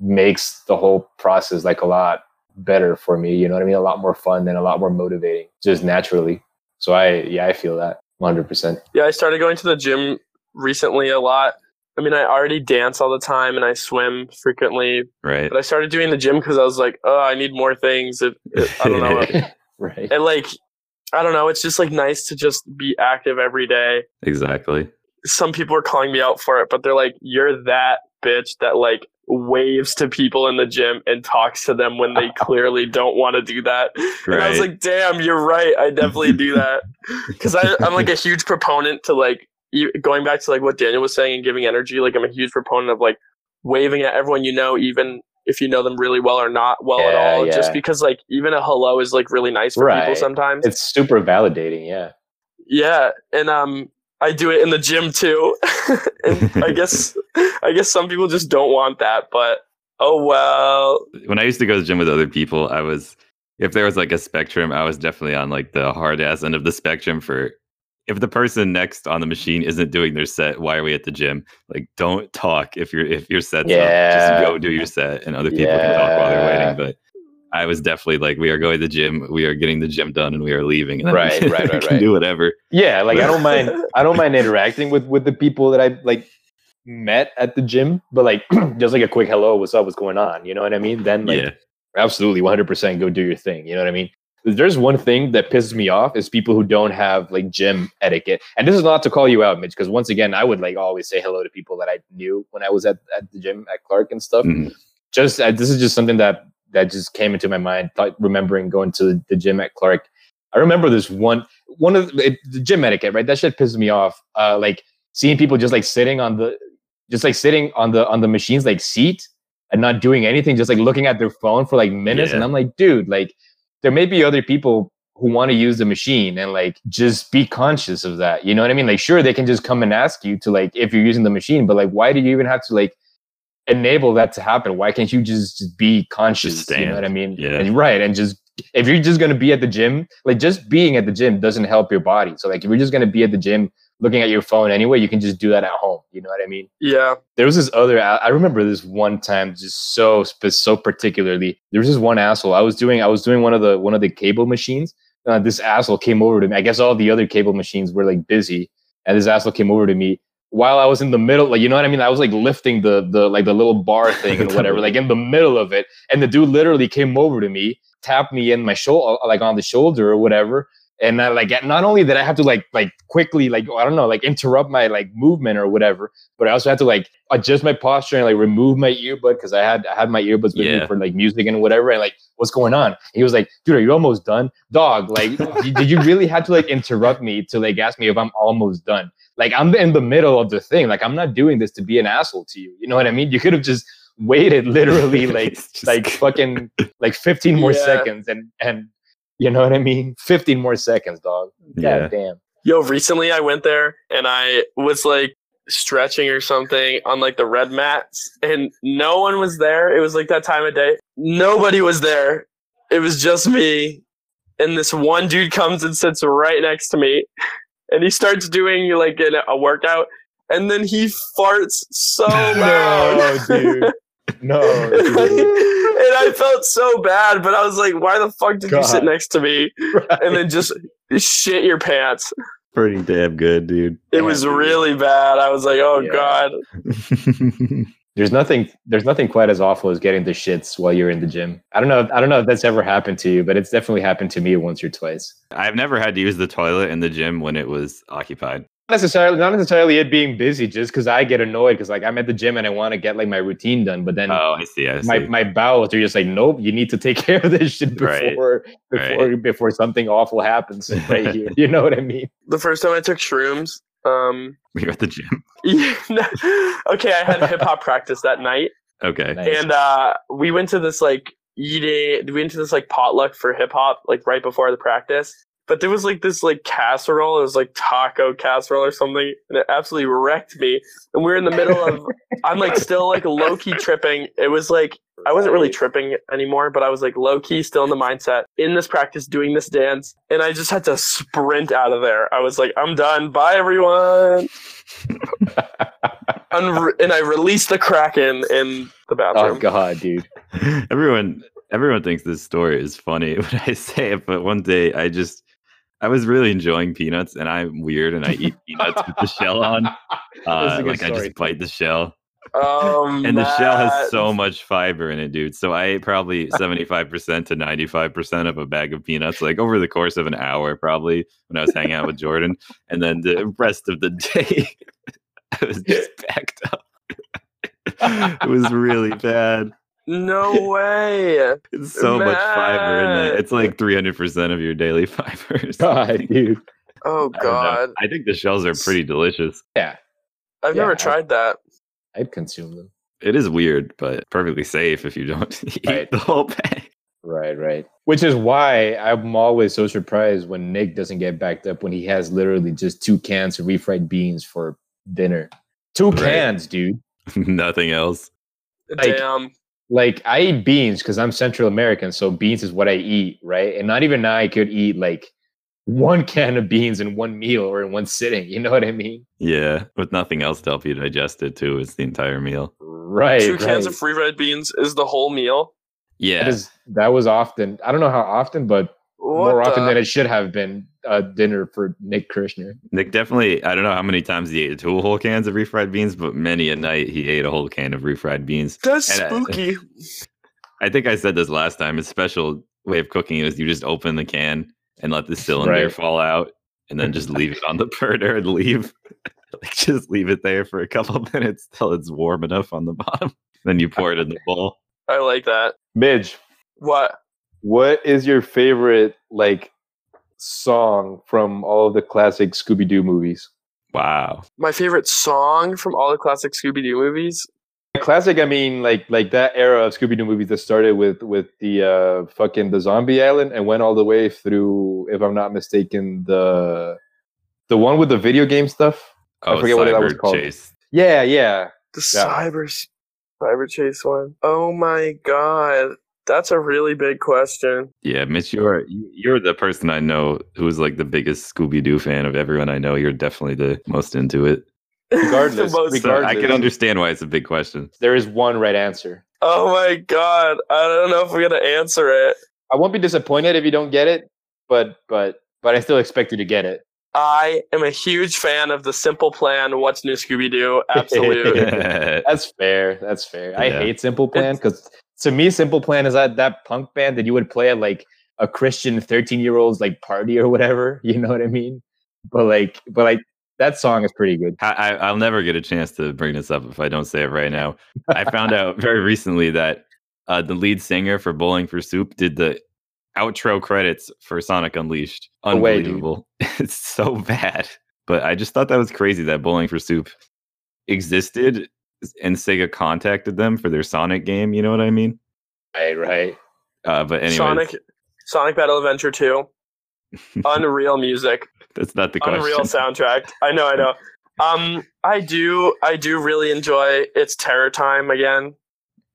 Speaker 2: makes the whole process like a lot better for me. You know what I mean? A lot more fun and a lot more motivating, just naturally. So I yeah, I feel that 100. percent
Speaker 1: Yeah, I started going to the gym recently a lot. I mean, I already dance all the time and I swim frequently,
Speaker 3: Right.
Speaker 1: but I started doing the gym because I was like, oh, I need more things. It, it, I don't know.
Speaker 2: Right.
Speaker 1: and like, I don't know. It's just like nice to just be active every day.
Speaker 3: [LAUGHS] Exactly.
Speaker 1: Some people are calling me out for it, but they're like, you're that bitch that like waves to people in the gym and talks to them when
Speaker 2: [LAUGHS]
Speaker 1: they clearly don't want to do that. And I was
Speaker 3: Right.
Speaker 1: like, damn, you're right. I definitely do
Speaker 2: [LAUGHS]
Speaker 1: that. Because I'm like a huge proponent to like, you- going back to like what Daniel was saying and giving energy, like I'm a huge proponent of like waving at everyone you know, even if you know them really well or not well at
Speaker 2: Yeah,
Speaker 1: all. Just
Speaker 2: yeah.
Speaker 1: because like even a hello is like really nice for people
Speaker 2: Right.
Speaker 1: sometimes.
Speaker 2: It's super validating. Yeah.
Speaker 1: yeah. And, um, I do it in the gym too. [LAUGHS] and I guess, I guess some people just don't want that, but oh well.
Speaker 3: when I used to go to the gym with other people, I was if there was like a spectrum, I was definitely on like the hard ass end of the spectrum for if the person next on the machine isn't doing their set, why are we at the gym? Like don't talk if you're if your set's up.
Speaker 2: Yeah.
Speaker 3: Just go do your set and other people can talk while they're
Speaker 2: Yeah.
Speaker 3: waiting. But I was definitely like, we are going to the gym, we are getting the gym done and we are leaving. And then [LAUGHS]
Speaker 2: Right,
Speaker 3: we
Speaker 2: right, right,
Speaker 3: can
Speaker 2: right.
Speaker 3: Do whatever.
Speaker 2: Yeah. Like I don't mind. I don't mind interacting with with the people that I like met at the gym, but like [CLEARS THROAT] just like a quick hello, what's up, what's going on? You know what I mean? Then like
Speaker 3: yeah.
Speaker 2: absolutely 100% go do your thing you know what i mean If there's one thing that pisses me off is people who don't have like gym etiquette and this is not to call you out mitch because once again i would like always say hello to people that i knew when i was at, at the gym at clark and stuff
Speaker 3: Mhm.
Speaker 2: just uh, this is just something that that just came into my mind thought, remembering going to the gym at clark i remember this one one of the, it- the gym etiquette right that shit pisses me off uh like seeing people just like sitting on the just like sitting on the on the machines like seat and not doing anything just like looking at their phone for like minutes and
Speaker 3: Yeah.
Speaker 2: i'm like dude like there may be other people who want to use the machine and like just be conscious of that you know what i mean like sure they can just come and ask you to like if you're using the machine but like why do you even have to like enable that to happen why can't you just, just be conscious you know
Speaker 3: stand.
Speaker 2: what i mean
Speaker 3: Yeah.
Speaker 2: and, right and just if you're just going to be at the gym like just being at the gym doesn't help your body so like if you're just going to be at the gym looking at your phone anyway you can just do that at home you know what i mean
Speaker 1: Yeah.
Speaker 2: there was this other I I remember this one time just so sp- so particularly there was this one asshole I was doing I was doing one of the one of the cable machines uh, this asshole came over to me I guess all the other cable machines were like busy and this asshole came over to me while I was in the middle like you know what I mean I was like lifting the the like the little bar thing and whatever like in the middle of it and the dude literally came over to me tapped me in my shoulder like on the shoulder or whatever and I like not only did I have to like like quickly like I don't know like interrupt my like movement or whatever but I also had to like adjust my posture and like remove my earbud because I had I had my earbuds with me
Speaker 3: Yeah.
Speaker 2: for like music and whatever. And like, what's going on? He was like, dude, are you almost done? Dog, like, d- did you really have to like interrupt me to like ask me if I'm almost done? Like, I'm in the middle of the thing. Like, I'm not doing this to be an asshole to you. You know what I mean? You could have just waited [LAUGHS] literally
Speaker 3: Mm-hmm.
Speaker 2: like
Speaker 3: [LAUGHS] It's just-
Speaker 2: like [LAUGHS] fucking like 15 more
Speaker 1: Yeah.
Speaker 2: seconds and and you know what I mean? 15 more seconds, dog. God
Speaker 3: yeah.
Speaker 2: damn.
Speaker 1: Yo, recently I went there and I was like stretching or something on like the red mats and no one was there. It was like that time of day. Nobody was there. It was just me. And this one dude comes and sits right next to me and he starts doing like an, a workout and then he farts so
Speaker 2: [LAUGHS] No,
Speaker 1: loud.
Speaker 2: dude. No.
Speaker 1: [LAUGHS] and
Speaker 2: dude.
Speaker 1: I felt so bad, but I was like, why the fuck did you sit
Speaker 2: God.
Speaker 1: next to me?
Speaker 2: [LAUGHS]
Speaker 1: And then just shit your pants.
Speaker 3: Pretty damn good, dude.
Speaker 1: It
Speaker 2: Yeah,
Speaker 1: was
Speaker 2: dude.
Speaker 1: really bad. I was like, oh
Speaker 2: Yeah.
Speaker 1: god.
Speaker 2: There's nothing. There's nothing quite as awful as getting the shits while you're in the gym. I don't know. I don't know if that's ever happened to you, but it's definitely happened to me once or twice.
Speaker 3: [LAUGHS] I've never had to use the toilet in the gym when it was occupied.
Speaker 2: Not necessarily. Not necessarily it being busy, just because I get annoyed because like I'm at the gym and I want to get like my routine done, but then
Speaker 3: Oh, I see. I see. [LAUGHS]
Speaker 2: my my bowels are just like, nope. You need to take [LAUGHS] care of this shit
Speaker 3: Right.
Speaker 2: before
Speaker 3: [LAUGHS]
Speaker 2: before before something awful happens right here. You know what I mean?
Speaker 1: The first time I took shrooms, Um, [LAUGHS]
Speaker 3: We were at the gym.
Speaker 1: okay, I had hip hop practice that night,
Speaker 3: Okay.
Speaker 2: Nice.
Speaker 1: and uh, we went to this like eating. We went to this like potluck for hip hop, like right before the practice. But there was like this like casserole. It was like taco casserole or something, and it absolutely wrecked me. And we are in the middle of. I'm like still like low key tripping. It was like I wasn't really tripping anymore, but I was like low key still in the mindset in this practice doing this dance, and I just had to sprint out of there. I was like, I'm done. Bye everyone. unre- and I released the kraken in the
Speaker 2: oh
Speaker 1: bathroom.
Speaker 2: god, dude.
Speaker 1: [LAUGHS]
Speaker 3: everyone everyone thinks this story is funny [LAUGHS] when I say it, but one day I just I was really enjoying peanuts and I'm weird and I
Speaker 2: [LAUGHS]
Speaker 3: eat peanuts with the shell on. Uh,
Speaker 2: good
Speaker 3: like I
Speaker 2: story.
Speaker 3: just bite the shell.
Speaker 1: um,
Speaker 3: And the shell has
Speaker 1: Matt,
Speaker 3: so much fiber in it, dude. So I ate probably 75% to 95% of a bag of peanuts, like over the course of an hour, probably when I was hanging out with Jordan. And then the rest of the day, [LAUGHS] I was just packed up. [LAUGHS] it was really bad.
Speaker 1: No way. Oh,
Speaker 3: It's so much fiber in
Speaker 1: Matt.
Speaker 3: it. It's like 300% of your daily [LAUGHS] fiber. or
Speaker 2: God,
Speaker 3: something.
Speaker 2: dude.
Speaker 1: Oh
Speaker 3: I don't know.
Speaker 1: God,
Speaker 3: I think the shells are pretty delicious.
Speaker 1: I've
Speaker 2: Yeah,
Speaker 1: never
Speaker 2: I-
Speaker 1: tried that.
Speaker 2: I'd consume them.
Speaker 3: It is weird, but perfectly safe if you don't [LAUGHS] eat
Speaker 2: Right.
Speaker 3: the whole bag. [LAUGHS]
Speaker 2: Right, right. Which is why I'm always so surprised when Nick doesn't get backed up when he has literally just two cans of refried beans for dinner. Two
Speaker 3: Right.
Speaker 2: cans, dude.
Speaker 3: Nothing else.
Speaker 2: Like-
Speaker 1: Damn.
Speaker 2: Like I eat beans because I'm Central American, so beans is what I eat, right? And not even I could eat like one [LAUGHS] can of beans in one meal or in one sitting. You know what I mean?
Speaker 3: Yeah, with nothing else to help you digest it too. It's the entire meal.
Speaker 2: Right.
Speaker 1: Two cans
Speaker 2: right.
Speaker 1: of free red beans is the whole meal.
Speaker 3: Yeah,
Speaker 2: That, is, that was often. I don't know how often, but
Speaker 1: What
Speaker 2: more often
Speaker 1: the-
Speaker 2: than it should have been a dinner for Nick Kirshner.
Speaker 3: Nick definitely. I don't know how many times he ate two whole cans of refried beans, but many a night he ate a whole can of refried beans.
Speaker 1: That's
Speaker 3: and, uh,
Speaker 1: spooky.
Speaker 3: I think I said this last time. His special way of cooking is you just open the can and let the cylinder
Speaker 2: Right.
Speaker 3: fall out, and then just leave it on the burner and leave, [LAUGHS] like just leave it there for a couple [LAUGHS] minutes till it's warm enough on the bottom. Then you pour it in the bowl.
Speaker 1: I like that.
Speaker 2: Midge,
Speaker 1: What?
Speaker 2: What is your favorite like song from all of the classic Scooby Doo movies?
Speaker 3: Wow.
Speaker 1: My favorite song from all the classic Scooby Doo movies.
Speaker 2: Classic, I mean, like like that era of Scooby Doo movies that started with with the uh, fucking the Zombie Island and went all the way through, if I'm not mistaken, the the one with the video game stuff. I forget what that was called.
Speaker 3: Oh, Chase.
Speaker 2: Yeah, yeah,
Speaker 1: The
Speaker 2: Yeah.
Speaker 1: cyber cyber chase one. Oh my god, that's a really big question. [LAUGHS]
Speaker 3: Yeah, Mitch, you're you're the person I know who's like the biggest Scooby Doo fan of everyone I know. You're definitely the most into it.
Speaker 2: Regardless,
Speaker 1: The most-
Speaker 3: So I can
Speaker 2: Regardless.
Speaker 3: understand why it's a big question. [LAUGHS]
Speaker 2: there is one right answer.
Speaker 1: Oh my god, I don't know if we're gonna answer it.
Speaker 2: I won't be disappointed if you don't get it, but but but I still expect you to get it.
Speaker 1: I am a huge fan of the Simple Plan. What's new, Scooby
Speaker 2: [LAUGHS]
Speaker 1: Doo? Absolute.
Speaker 3: yeah,
Speaker 2: That's fair. That's fair. I
Speaker 3: Yeah.
Speaker 2: hate Simple Plan because to me, Simple Plan is that that punk band that you would play at like a Christian thirteen year old's like party or whatever. [LAUGHS] You know what I mean? But like, but like that song is pretty good.
Speaker 3: I, I- I'll never get a chance to bring this up if I don't say it right now. I found
Speaker 1: [LAUGHS]
Speaker 3: out very recently that uh, the lead singer for Bowling for Soup did the outro credits for Sonic Unleashed.
Speaker 2: No way, dude.
Speaker 3: Unbelievable! [LAUGHS] it's so bad, but I just thought that was crazy that Bowling for Soup existed and Sega contacted them for their Sonic game. You know what I mean?
Speaker 2: Right, right.
Speaker 3: Uh, but anyway,
Speaker 1: Sonic, Sonic Battle Adventure
Speaker 2: [LAUGHS]
Speaker 1: Two. Unreal music.
Speaker 3: that's not the question.
Speaker 1: Unreal soundtrack. I know. I know. Um, I do. I do really enjoy. It's Terror Time again.
Speaker 3: [LAUGHS]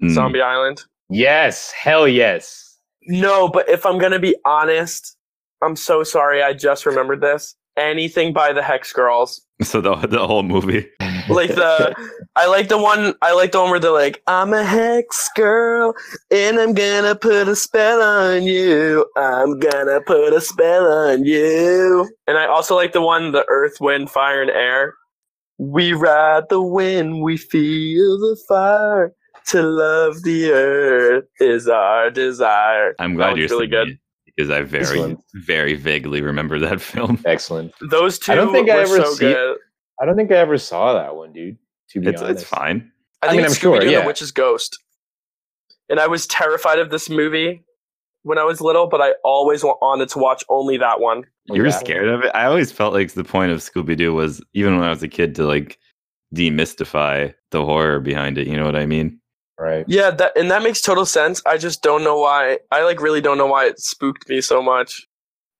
Speaker 3: Mm.
Speaker 1: Zombie Island.
Speaker 2: Yes, hell yes.
Speaker 1: No, but if I'm gonna be honest, I'm so sorry. I just remembered this. Anything by the Hex Girls.
Speaker 3: So the the whole movie.
Speaker 1: like the I like the one I like the one where they're like, I'm a hex girl and I'm gonna put a spell on you. I'm gonna put a spell on you. And I also like the one the earth, wind, fire, and air. We ride the wind, we feel the fire. To love the earth is our desire.
Speaker 3: I'm glad
Speaker 1: one's
Speaker 3: you're
Speaker 1: really
Speaker 3: singing
Speaker 1: good.
Speaker 3: it because I very
Speaker 2: one.
Speaker 3: very vaguely remember that [LAUGHS] film.
Speaker 2: Excellent.
Speaker 1: Those two
Speaker 2: I don't think I
Speaker 1: were
Speaker 2: ever
Speaker 1: so
Speaker 2: see-
Speaker 1: good.
Speaker 2: I don't think I ever saw that one, dude. To be
Speaker 3: It's
Speaker 2: honest,
Speaker 3: it's fine.
Speaker 1: I
Speaker 2: I
Speaker 1: think
Speaker 2: mean,
Speaker 1: it's
Speaker 2: I'm sure,
Speaker 1: Scooby-Doo and
Speaker 2: yeah.
Speaker 1: the Witch's Ghost. And I was terrified of this movie. when I was little, but I always wa- wanted to watch only that one.
Speaker 3: You were
Speaker 2: Yeah.
Speaker 3: scared of it. I always felt like the point of Scooby Doo was even when I was a kid to like demystify the horror behind it. You know what I mean?
Speaker 2: Right.
Speaker 1: Yeah, that and that makes total sense. I just don't know why. I like really don't know why it spooked me so much,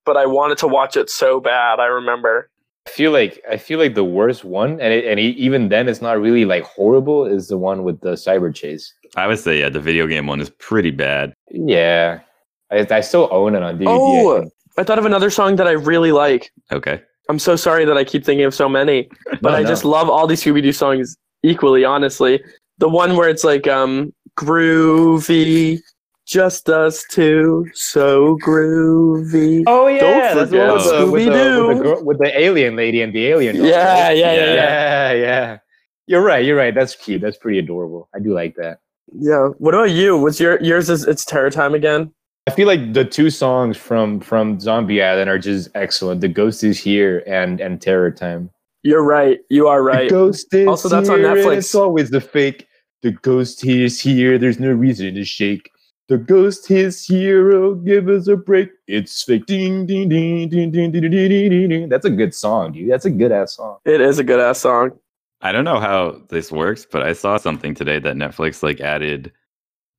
Speaker 1: but I wanted to watch it so bad. I remember.
Speaker 2: I feel like I feel like the worst one, and it, and e even then, it's not really like horrible. Is the one with the cyber chase?
Speaker 3: I would say yeah, the video game one is pretty bad.
Speaker 2: Yeah, I, I still own it on DVD. I
Speaker 1: Oh!
Speaker 2: think.
Speaker 1: I thought of another song that I really like.
Speaker 3: Okay,
Speaker 1: I'm so sorry that I keep thinking of so many, but
Speaker 2: No,
Speaker 1: I
Speaker 2: Oh, no.
Speaker 1: just love all these Scooby Doo songs equally. Honestly, the one where it's like um groovy, just us two, so groovy.
Speaker 2: Oh yeah,
Speaker 1: Don't
Speaker 2: that's the one
Speaker 3: forget
Speaker 2: with the, with, the, with,
Speaker 1: Scooby-Doo.
Speaker 2: the girl, with the alien lady and the alien. dog,
Speaker 1: Yeah, yeah,
Speaker 2: right?
Speaker 1: yeah,
Speaker 3: Yeah.
Speaker 1: yeah, yeah,
Speaker 2: yeah, yeah. You're right. You're right. That's cute. That's pretty adorable. I do like that.
Speaker 1: What about you? What's your yours? Is it's terror time again?
Speaker 2: I feel like the two songs from from Zombie Island are just excellent. The Ghost is Here and and Terror Time.
Speaker 1: You're right. You are
Speaker 2: The
Speaker 1: right.
Speaker 2: ghost is
Speaker 1: Also, that's on
Speaker 2: here, and
Speaker 1: Netflix.
Speaker 2: It's always the fake. The ghost is here. There's no reason to shake. The ghost is here. Oh, give us a break. It's fake. Ding ding ding ding ding ding ding ding ding. ding. That's a good song, dude. That's a good ass song.
Speaker 1: It is a good ass song.
Speaker 3: I don't know how this works, but I saw something today that Netflix like added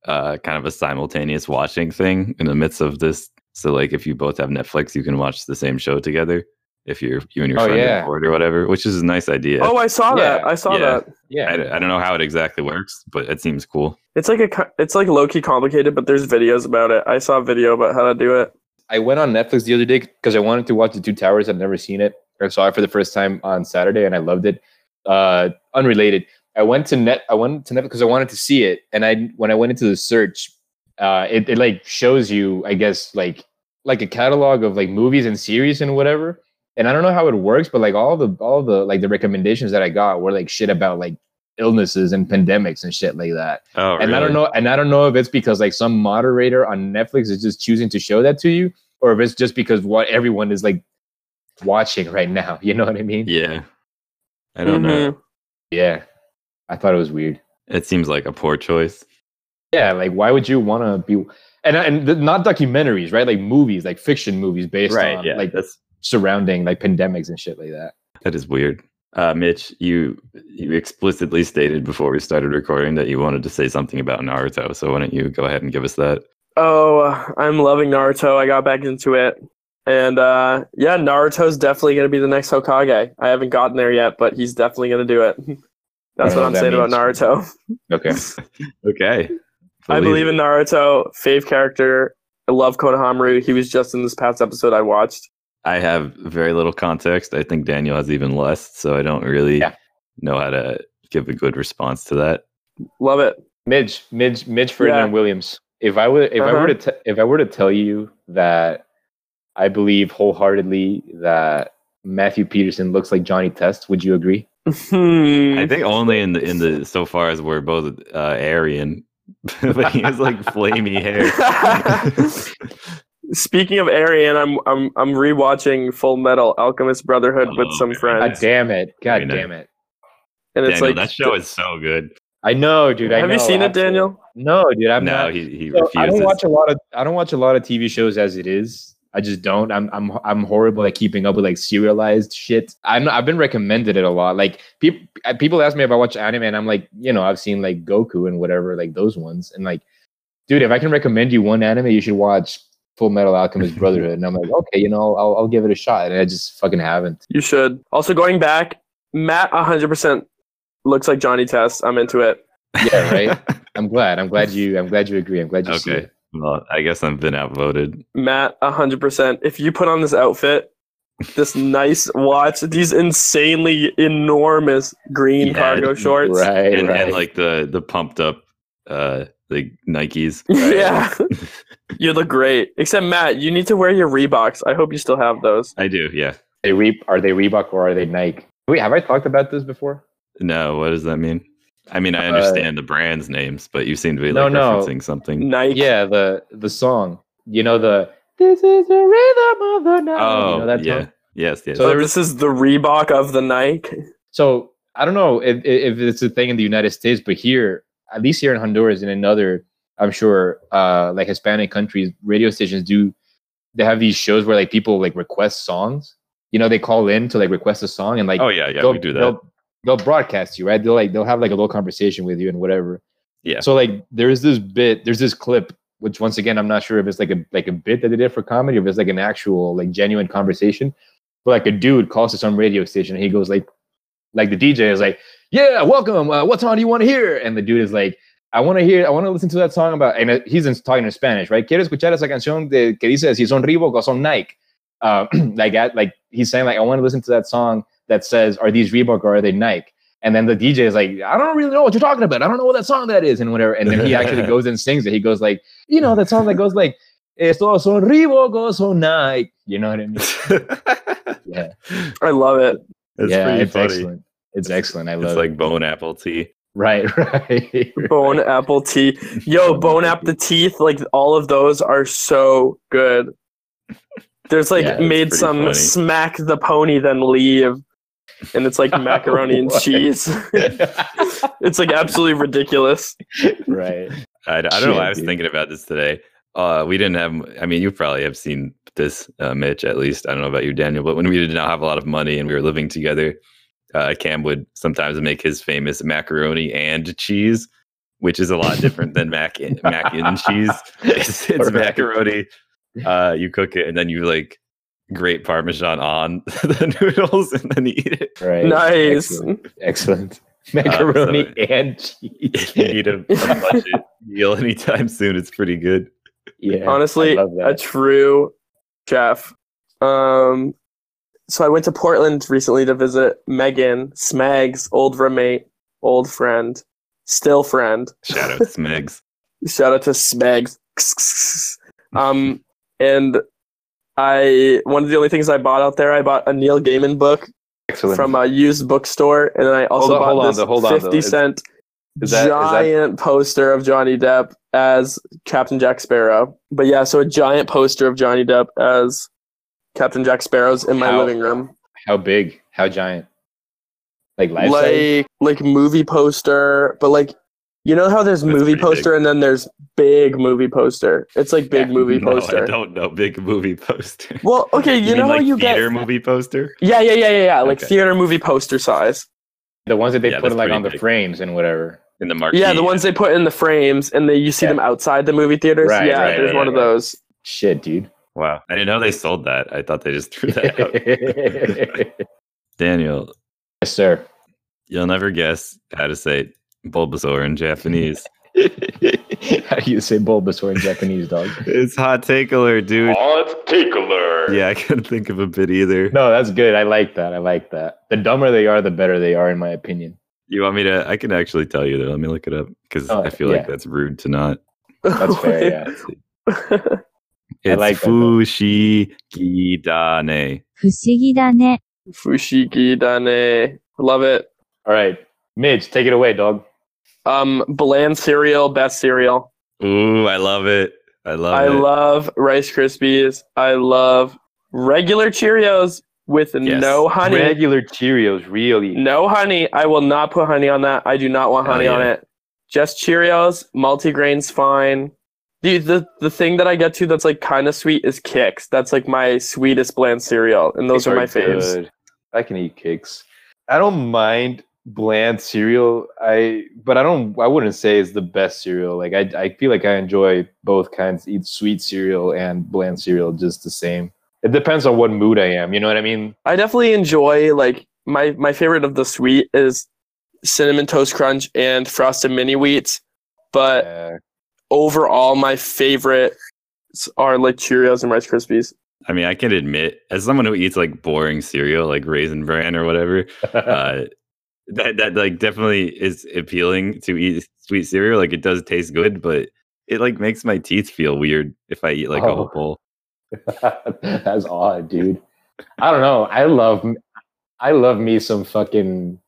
Speaker 3: uh, kind of a simultaneous watching thing in the midst of this. So like, if you both have Netflix, you can watch the same show together. If you're you and your
Speaker 2: Oh,
Speaker 3: friend are
Speaker 2: yeah.
Speaker 3: bored or whatever, which is a nice idea.
Speaker 1: Oh, I saw that.
Speaker 2: Yeah,
Speaker 1: I saw
Speaker 3: yeah.
Speaker 1: that.
Speaker 2: Yeah,
Speaker 3: I, I don't know how it exactly works, but it seems cool.
Speaker 1: It's like a co- it's like low key complicated, but there's videos about it. I saw a video about how to do it.
Speaker 2: I went on Netflix the other day because I wanted to watch The Two Towers. I've never seen it. I saw it for the first time on Saturday and I loved it. Uh, unrelated. I went to net. I went to Netflix because I wanted to see it, and I when I went into the search, uh, it, it like shows you, I guess, like like a catalog of like movies and series and whatever. And I don't know how it works, but like all the all the like the recommendations that I got were like shit about like illnesses and pandemics and shit like that
Speaker 3: Oh,
Speaker 2: and I don't know, and I don't know if it's because like some moderator on Netflix is just choosing to show that to you, or if it's just because what everyone is like watching right now. [LAUGHS] You know what I mean?
Speaker 3: Yeah, I don't know.
Speaker 1: Mhm.
Speaker 2: Yeah. I thought it was weird.
Speaker 3: It seems like a poor choice.
Speaker 2: Yeah, like why would you want to be? And and th- not documentaries, right? Like movies, like fiction movies based on like
Speaker 3: that's
Speaker 2: surrounding like pandemics and shit like that.
Speaker 3: that is weird. Uh, Mitch, you you explicitly stated before we started recording that you wanted to say something about Naruto. So why don't you go ahead and give us that?
Speaker 1: Oh, uh, I'm loving Naruto. I got back into it, and uh, yeah, Naruto's definitely gonna be the next Hokage. I haven't gotten there yet, but he's definitely gonna do it. [LAUGHS] That's what
Speaker 2: know what
Speaker 1: I'm
Speaker 2: that
Speaker 1: saying about
Speaker 2: means.
Speaker 1: Naruto.
Speaker 2: Okay.
Speaker 3: Okay,
Speaker 1: I believe
Speaker 3: it.
Speaker 1: in Naruto. Fave character. I love Konohamaru. He was just in this past episode I watched.
Speaker 3: I have very little context. I think Daniel has even less, so I don't really
Speaker 2: Yeah.
Speaker 3: know how to give a good response to that.
Speaker 1: Love it.
Speaker 2: Midge, Midge, Midge Ferdinand
Speaker 1: Yeah. Uh-huh.
Speaker 2: Williams. If I would, if I were to, t- if I were to tell you that I believe wholeheartedly that Matthew Peterson looks like Johnny Test, would you agree?
Speaker 1: Hmm.
Speaker 3: [LAUGHS] I think only in the in the so far as we're both uh, Aryan, [LAUGHS] but he has [LAUGHS] like flamey hair.
Speaker 1: [LAUGHS] Speaking of Aryan, I'm I'm I'm rewatching Full Metal Alchemist Brotherhood with
Speaker 3: Oh,
Speaker 1: some
Speaker 3: okay.
Speaker 2: God
Speaker 1: friends,
Speaker 2: Ah, damn it! God
Speaker 3: Very nice.
Speaker 2: damn it!
Speaker 1: and it's
Speaker 3: Daniel,
Speaker 1: like
Speaker 3: that show is so good.
Speaker 2: I know, dude. I
Speaker 1: Have you
Speaker 2: know,
Speaker 1: seen it,
Speaker 2: absolutely.
Speaker 1: Daniel?
Speaker 2: No, dude. I'm
Speaker 3: no,
Speaker 2: not.
Speaker 3: he, he
Speaker 2: So, I
Speaker 3: refuses.
Speaker 2: don't watch a lot of. I don't watch a lot of TV shows as it is. I just don't. I'm I'm I'm horrible at keeping up with like serialized shit. I'm I've been recommended it a lot. Like people people ask me if I watch anime, and I'm like, you know, I've seen like Goku and whatever, like those ones. And like, dude, if I can recommend you one anime, you should watch Full
Speaker 3: [LAUGHS]
Speaker 2: Metal Alchemist Brotherhood. And I'm like, okay, you know, I'll I'll give it a shot. And I just fucking haven't.
Speaker 1: You should. Also, going back, Matt 100% looks like Johnny Test. I'm into it.
Speaker 3: [LAUGHS]
Speaker 2: Yeah, right. I'm glad. I'm glad you. I'm glad you agree. I'm glad you see.
Speaker 3: Okay.
Speaker 2: it.
Speaker 3: well, I guess I've been outvoted.
Speaker 1: Matt 100%. If you put on this outfit, this nice watch, these insanely enormous green
Speaker 3: Yeah,
Speaker 1: cargo
Speaker 2: [LAUGHS]
Speaker 1: shorts.
Speaker 2: Right,
Speaker 3: and,
Speaker 2: right.
Speaker 3: and like the the pumped up uh the Nikes.
Speaker 1: Yeah. you look great. Except Matt, you need to wear your Reeboks. I hope you still have those.
Speaker 3: I do, yeah.
Speaker 2: they re- are they Reebok or are they Nike? Wait, have I talked about this before?
Speaker 3: No, what does that mean? I mean, I
Speaker 2: Uh,
Speaker 3: understand the brands names, but you seem to be
Speaker 2: no,
Speaker 3: like
Speaker 2: no.
Speaker 3: referencing something.
Speaker 1: Nike.
Speaker 2: yeah the the song you know the this is the rhythm of the night
Speaker 3: Oh,
Speaker 2: you know that
Speaker 3: yeah.
Speaker 2: song?
Speaker 3: Yes, yes.
Speaker 1: So this is the Reebok of the Nike.
Speaker 2: so i don't know if, if if it's a thing in the united states but here at least here in honduras and in other I'm sure uh, like Hispanic countries, radio stations do. They have these shows where like people like request songs. You know, they call in to like request a song and like
Speaker 3: Oh yeah, yeah,
Speaker 2: they'll
Speaker 3: we do [LAUGHS] that.
Speaker 2: They'll, they'll broadcast you, right? They'll like they'll have like a little conversation with you and whatever.
Speaker 3: Yeah.
Speaker 2: So like there is this bit, there's this clip, which once again I'm not sure if it's like a like a bit that they did for comedy, or if it's like an actual like genuine conversation. But like a dude calls to some radio station and he goes like, like the DJ is like, yeah, welcome. Uh, what song do you want to hear? And the dude is like. I want to hear, I want to listen to that song about, and uh, he's in, talking in Spanish, right? Quiero escuchar esa canción de, que dice, si son Reebok o son Nike. Uh, [CLEARS THROAT] like, I, like he's saying, like, I want to listen to that song that says, "Are these Reebok or are they Nike?" And then the DJ is like, "I don't really know what you're talking about. I don't know what that song that is," and whatever. And then he
Speaker 3: [LAUGHS]
Speaker 2: actually goes and sings it. He goes like, "You know that song that goes like, estos son Reebok o son Nike." You know what I mean? Yeah,
Speaker 1: I love it.
Speaker 3: That's
Speaker 2: yeah,
Speaker 3: pretty
Speaker 2: it's
Speaker 3: funny.
Speaker 2: excellent. It's excellent. I love
Speaker 3: It's
Speaker 2: it.
Speaker 3: like bone apple tea.
Speaker 2: right, [LAUGHS] right.
Speaker 1: Bone apple tea. Yo, bone app the teeth, like all of those are so good. There's like
Speaker 2: Yeah, that's
Speaker 1: made
Speaker 3: pretty
Speaker 1: some
Speaker 3: funny.
Speaker 1: smack the pony then leave. And
Speaker 2: [LAUGHS]
Speaker 1: it's like macaroni and
Speaker 2: What?
Speaker 1: cheese. [LAUGHS] it's like absolutely ridiculous.
Speaker 2: right.
Speaker 3: I, I don't know.
Speaker 2: Shit,
Speaker 3: I was
Speaker 2: dude.
Speaker 3: thinking about this today. Uh, we didn't have. I mean, you probably have seen this, uh, Mitch. At least I don't know about you, Daniel. But when we did not have a lot of money and we were living together, uh, Cam would sometimes make his famous macaroni and cheese, which is a lot different than mac and, mac and cheese. It's, it's
Speaker 2: Right.
Speaker 3: macaroni. Uh, you cook it and then you like grate Parmesan on [LAUGHS] the noodles and then eat it.
Speaker 2: Right.
Speaker 1: nice.
Speaker 2: Excellent. [LAUGHS] excellent. Macaroni and [LAUGHS] cheese.
Speaker 3: If you eat a, a budget meal anytime soon, it's pretty good.
Speaker 2: yeah, I
Speaker 1: Honestly,
Speaker 2: love
Speaker 1: a
Speaker 2: that.
Speaker 1: true chef. Um so I went to Portland recently to visit Megan, Smag's old roommate, old friend, still friend.
Speaker 3: Shout out Smegs.
Speaker 1: Shout out to Smags. Um, and I one of the only things I bought out there, I bought a Neil Gaiman book
Speaker 2: excellent.
Speaker 1: from a used bookstore, and then I
Speaker 5: Hold
Speaker 1: also
Speaker 5: on-
Speaker 1: bought
Speaker 5: hold on,
Speaker 1: this
Speaker 5: though, hold on, though.
Speaker 1: fifty
Speaker 5: Is-
Speaker 1: cent
Speaker 5: Is that, is that
Speaker 1: giant poster of Johnny Depp as Captain Jack Sparrow. But yeah, so a giant poster of Johnny Depp as Captain Jack Sparrow's in my
Speaker 2: How-
Speaker 1: living room,
Speaker 2: How big? How giant? Like life size?
Speaker 1: like like movie poster, but like. You know how there's
Speaker 3: That's
Speaker 1: movie
Speaker 3: pretty
Speaker 1: poster and then there's big movie poster. It's like big
Speaker 5: [LAUGHS]
Speaker 2: Yeah.
Speaker 1: movie
Speaker 3: [LAUGHS] No,
Speaker 1: poster.
Speaker 3: I don't know. Big movie poster.
Speaker 1: Well, okay, you,
Speaker 3: mean
Speaker 1: know
Speaker 3: like
Speaker 1: how you
Speaker 3: theater
Speaker 1: get
Speaker 3: movie poster.
Speaker 1: yeah, yeah, yeah, yeah, yeah, like
Speaker 3: Okay.
Speaker 1: theater movie poster size.
Speaker 2: The ones that they
Speaker 3: Yeah,
Speaker 2: put
Speaker 3: that's
Speaker 2: like on
Speaker 3: pretty
Speaker 2: the
Speaker 3: big.
Speaker 2: frames and whatever.
Speaker 3: in the marquee.
Speaker 1: Yeah, the ones they put in the frames, and then you see
Speaker 2: Yeah.
Speaker 1: them outside the movie theaters.
Speaker 2: Right,
Speaker 1: yeah,
Speaker 3: right,
Speaker 1: there's
Speaker 3: right,
Speaker 1: one
Speaker 3: right,
Speaker 1: of
Speaker 2: right.
Speaker 1: those.
Speaker 3: [LAUGHS]
Speaker 2: Shit, dude.
Speaker 3: Wow, I didn't know they sold that. I thought they just threw that
Speaker 2: [LAUGHS]
Speaker 1: [LAUGHS]
Speaker 3: out.
Speaker 2: yes,
Speaker 3: Daniel, [LAUGHS]
Speaker 2: sir.
Speaker 3: you'll never guess how to say Bulbasaur in Japanese.
Speaker 2: How do you say Bulbasaur in Japanese, dog?
Speaker 3: it's hot take alert, dude.
Speaker 4: Hot take alert.
Speaker 3: Yeah, I couldn't think of a bit either.
Speaker 2: No, that's good. I like that. I like that. The dumber they are, the better they are, in my opinion.
Speaker 3: You want me to? I can actually tell you though. Let me look it up because
Speaker 2: Oh,
Speaker 3: I feel
Speaker 2: yeah.
Speaker 3: like that's rude to not.
Speaker 1: [LAUGHS]
Speaker 2: That's [LAUGHS] fair. Yeah. I
Speaker 3: It's
Speaker 2: like that,
Speaker 3: Fushigidane.
Speaker 2: though.
Speaker 6: 不思議だね。
Speaker 1: Fushigi dane, love it.
Speaker 2: All right, Midge, take it away, dog.
Speaker 1: Um, bland cereal, best cereal.
Speaker 3: Ooh, I love it. I love
Speaker 1: I
Speaker 3: it.
Speaker 1: love Rice Krispies. I love regular Cheerios with
Speaker 3: Yes.
Speaker 1: no honey.
Speaker 5: regular Cheerios, really?
Speaker 1: no honey. I will not put honey on that. I do not want
Speaker 3: Hell
Speaker 1: honey on
Speaker 3: yeah.
Speaker 1: it. Just Cheerios, multigrains, fine. The, the the thing that I get to that's like kind of sweet is Kicks. That's like my sweetest bland cereal, and those
Speaker 5: Those
Speaker 1: are my faves.
Speaker 5: good. I can eat cakes. I don't mind bland cereal. I but I don't. I wouldn't say it's the best cereal. Like I, I feel like I enjoy both kinds. Eat sweet cereal and bland cereal just the same. It depends on what mood I am. You know what I mean?
Speaker 1: I definitely enjoy like my my favorite of the sweet is cinnamon toast crunch and frosted mini wheats, but
Speaker 5: Yeah.
Speaker 1: overall my favorites are like Cheerios and Rice Krispies.
Speaker 3: I mean, I can admit, as someone who eats like boring cereal, like Raisin Bran or whatever,
Speaker 1: [LAUGHS]
Speaker 3: uh, that that like definitely is appealing to eat sweet cereal. Like it does taste good, but it like makes my teeth feel weird if I eat like a whole
Speaker 2: Oh.
Speaker 3: bowl.
Speaker 2: [LAUGHS] That's odd, dude. I don't know. I love, I love me some fucking,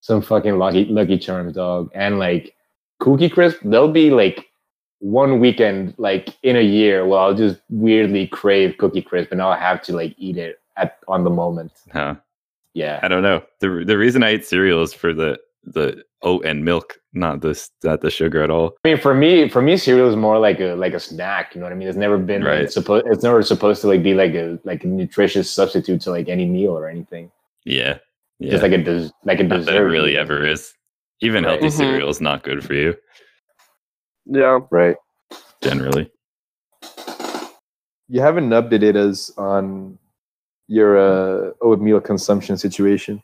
Speaker 2: some fucking lucky Lucky Charms, dog, and like Cookie Crisp. They'll be like one weekend, like in a year, where I'll just weirdly crave Cookie Crisp, and I'll have to like eat it at on the moment.
Speaker 3: Huh?
Speaker 2: Yeah,
Speaker 3: I don't know. the The reason I eat cereal is for the the oat and milk, not this, not the sugar at all.
Speaker 7: I mean, for me, for me, cereal is more like a like a snack. You know what I mean? It's never been like,
Speaker 3: Right.
Speaker 7: supposed. It's never supposed to like be like a like a nutritious substitute to like any meal or anything.
Speaker 3: Yeah, yeah.
Speaker 7: Just like a des- like a
Speaker 3: not
Speaker 7: dessert.
Speaker 3: that it really ever is. Even
Speaker 7: Right.
Speaker 3: healthy
Speaker 1: Mhm.
Speaker 3: cereal is not good for you
Speaker 1: Yeah.
Speaker 2: right?
Speaker 3: generally.
Speaker 2: You haven't updated us on your uh, oatmeal consumption situation.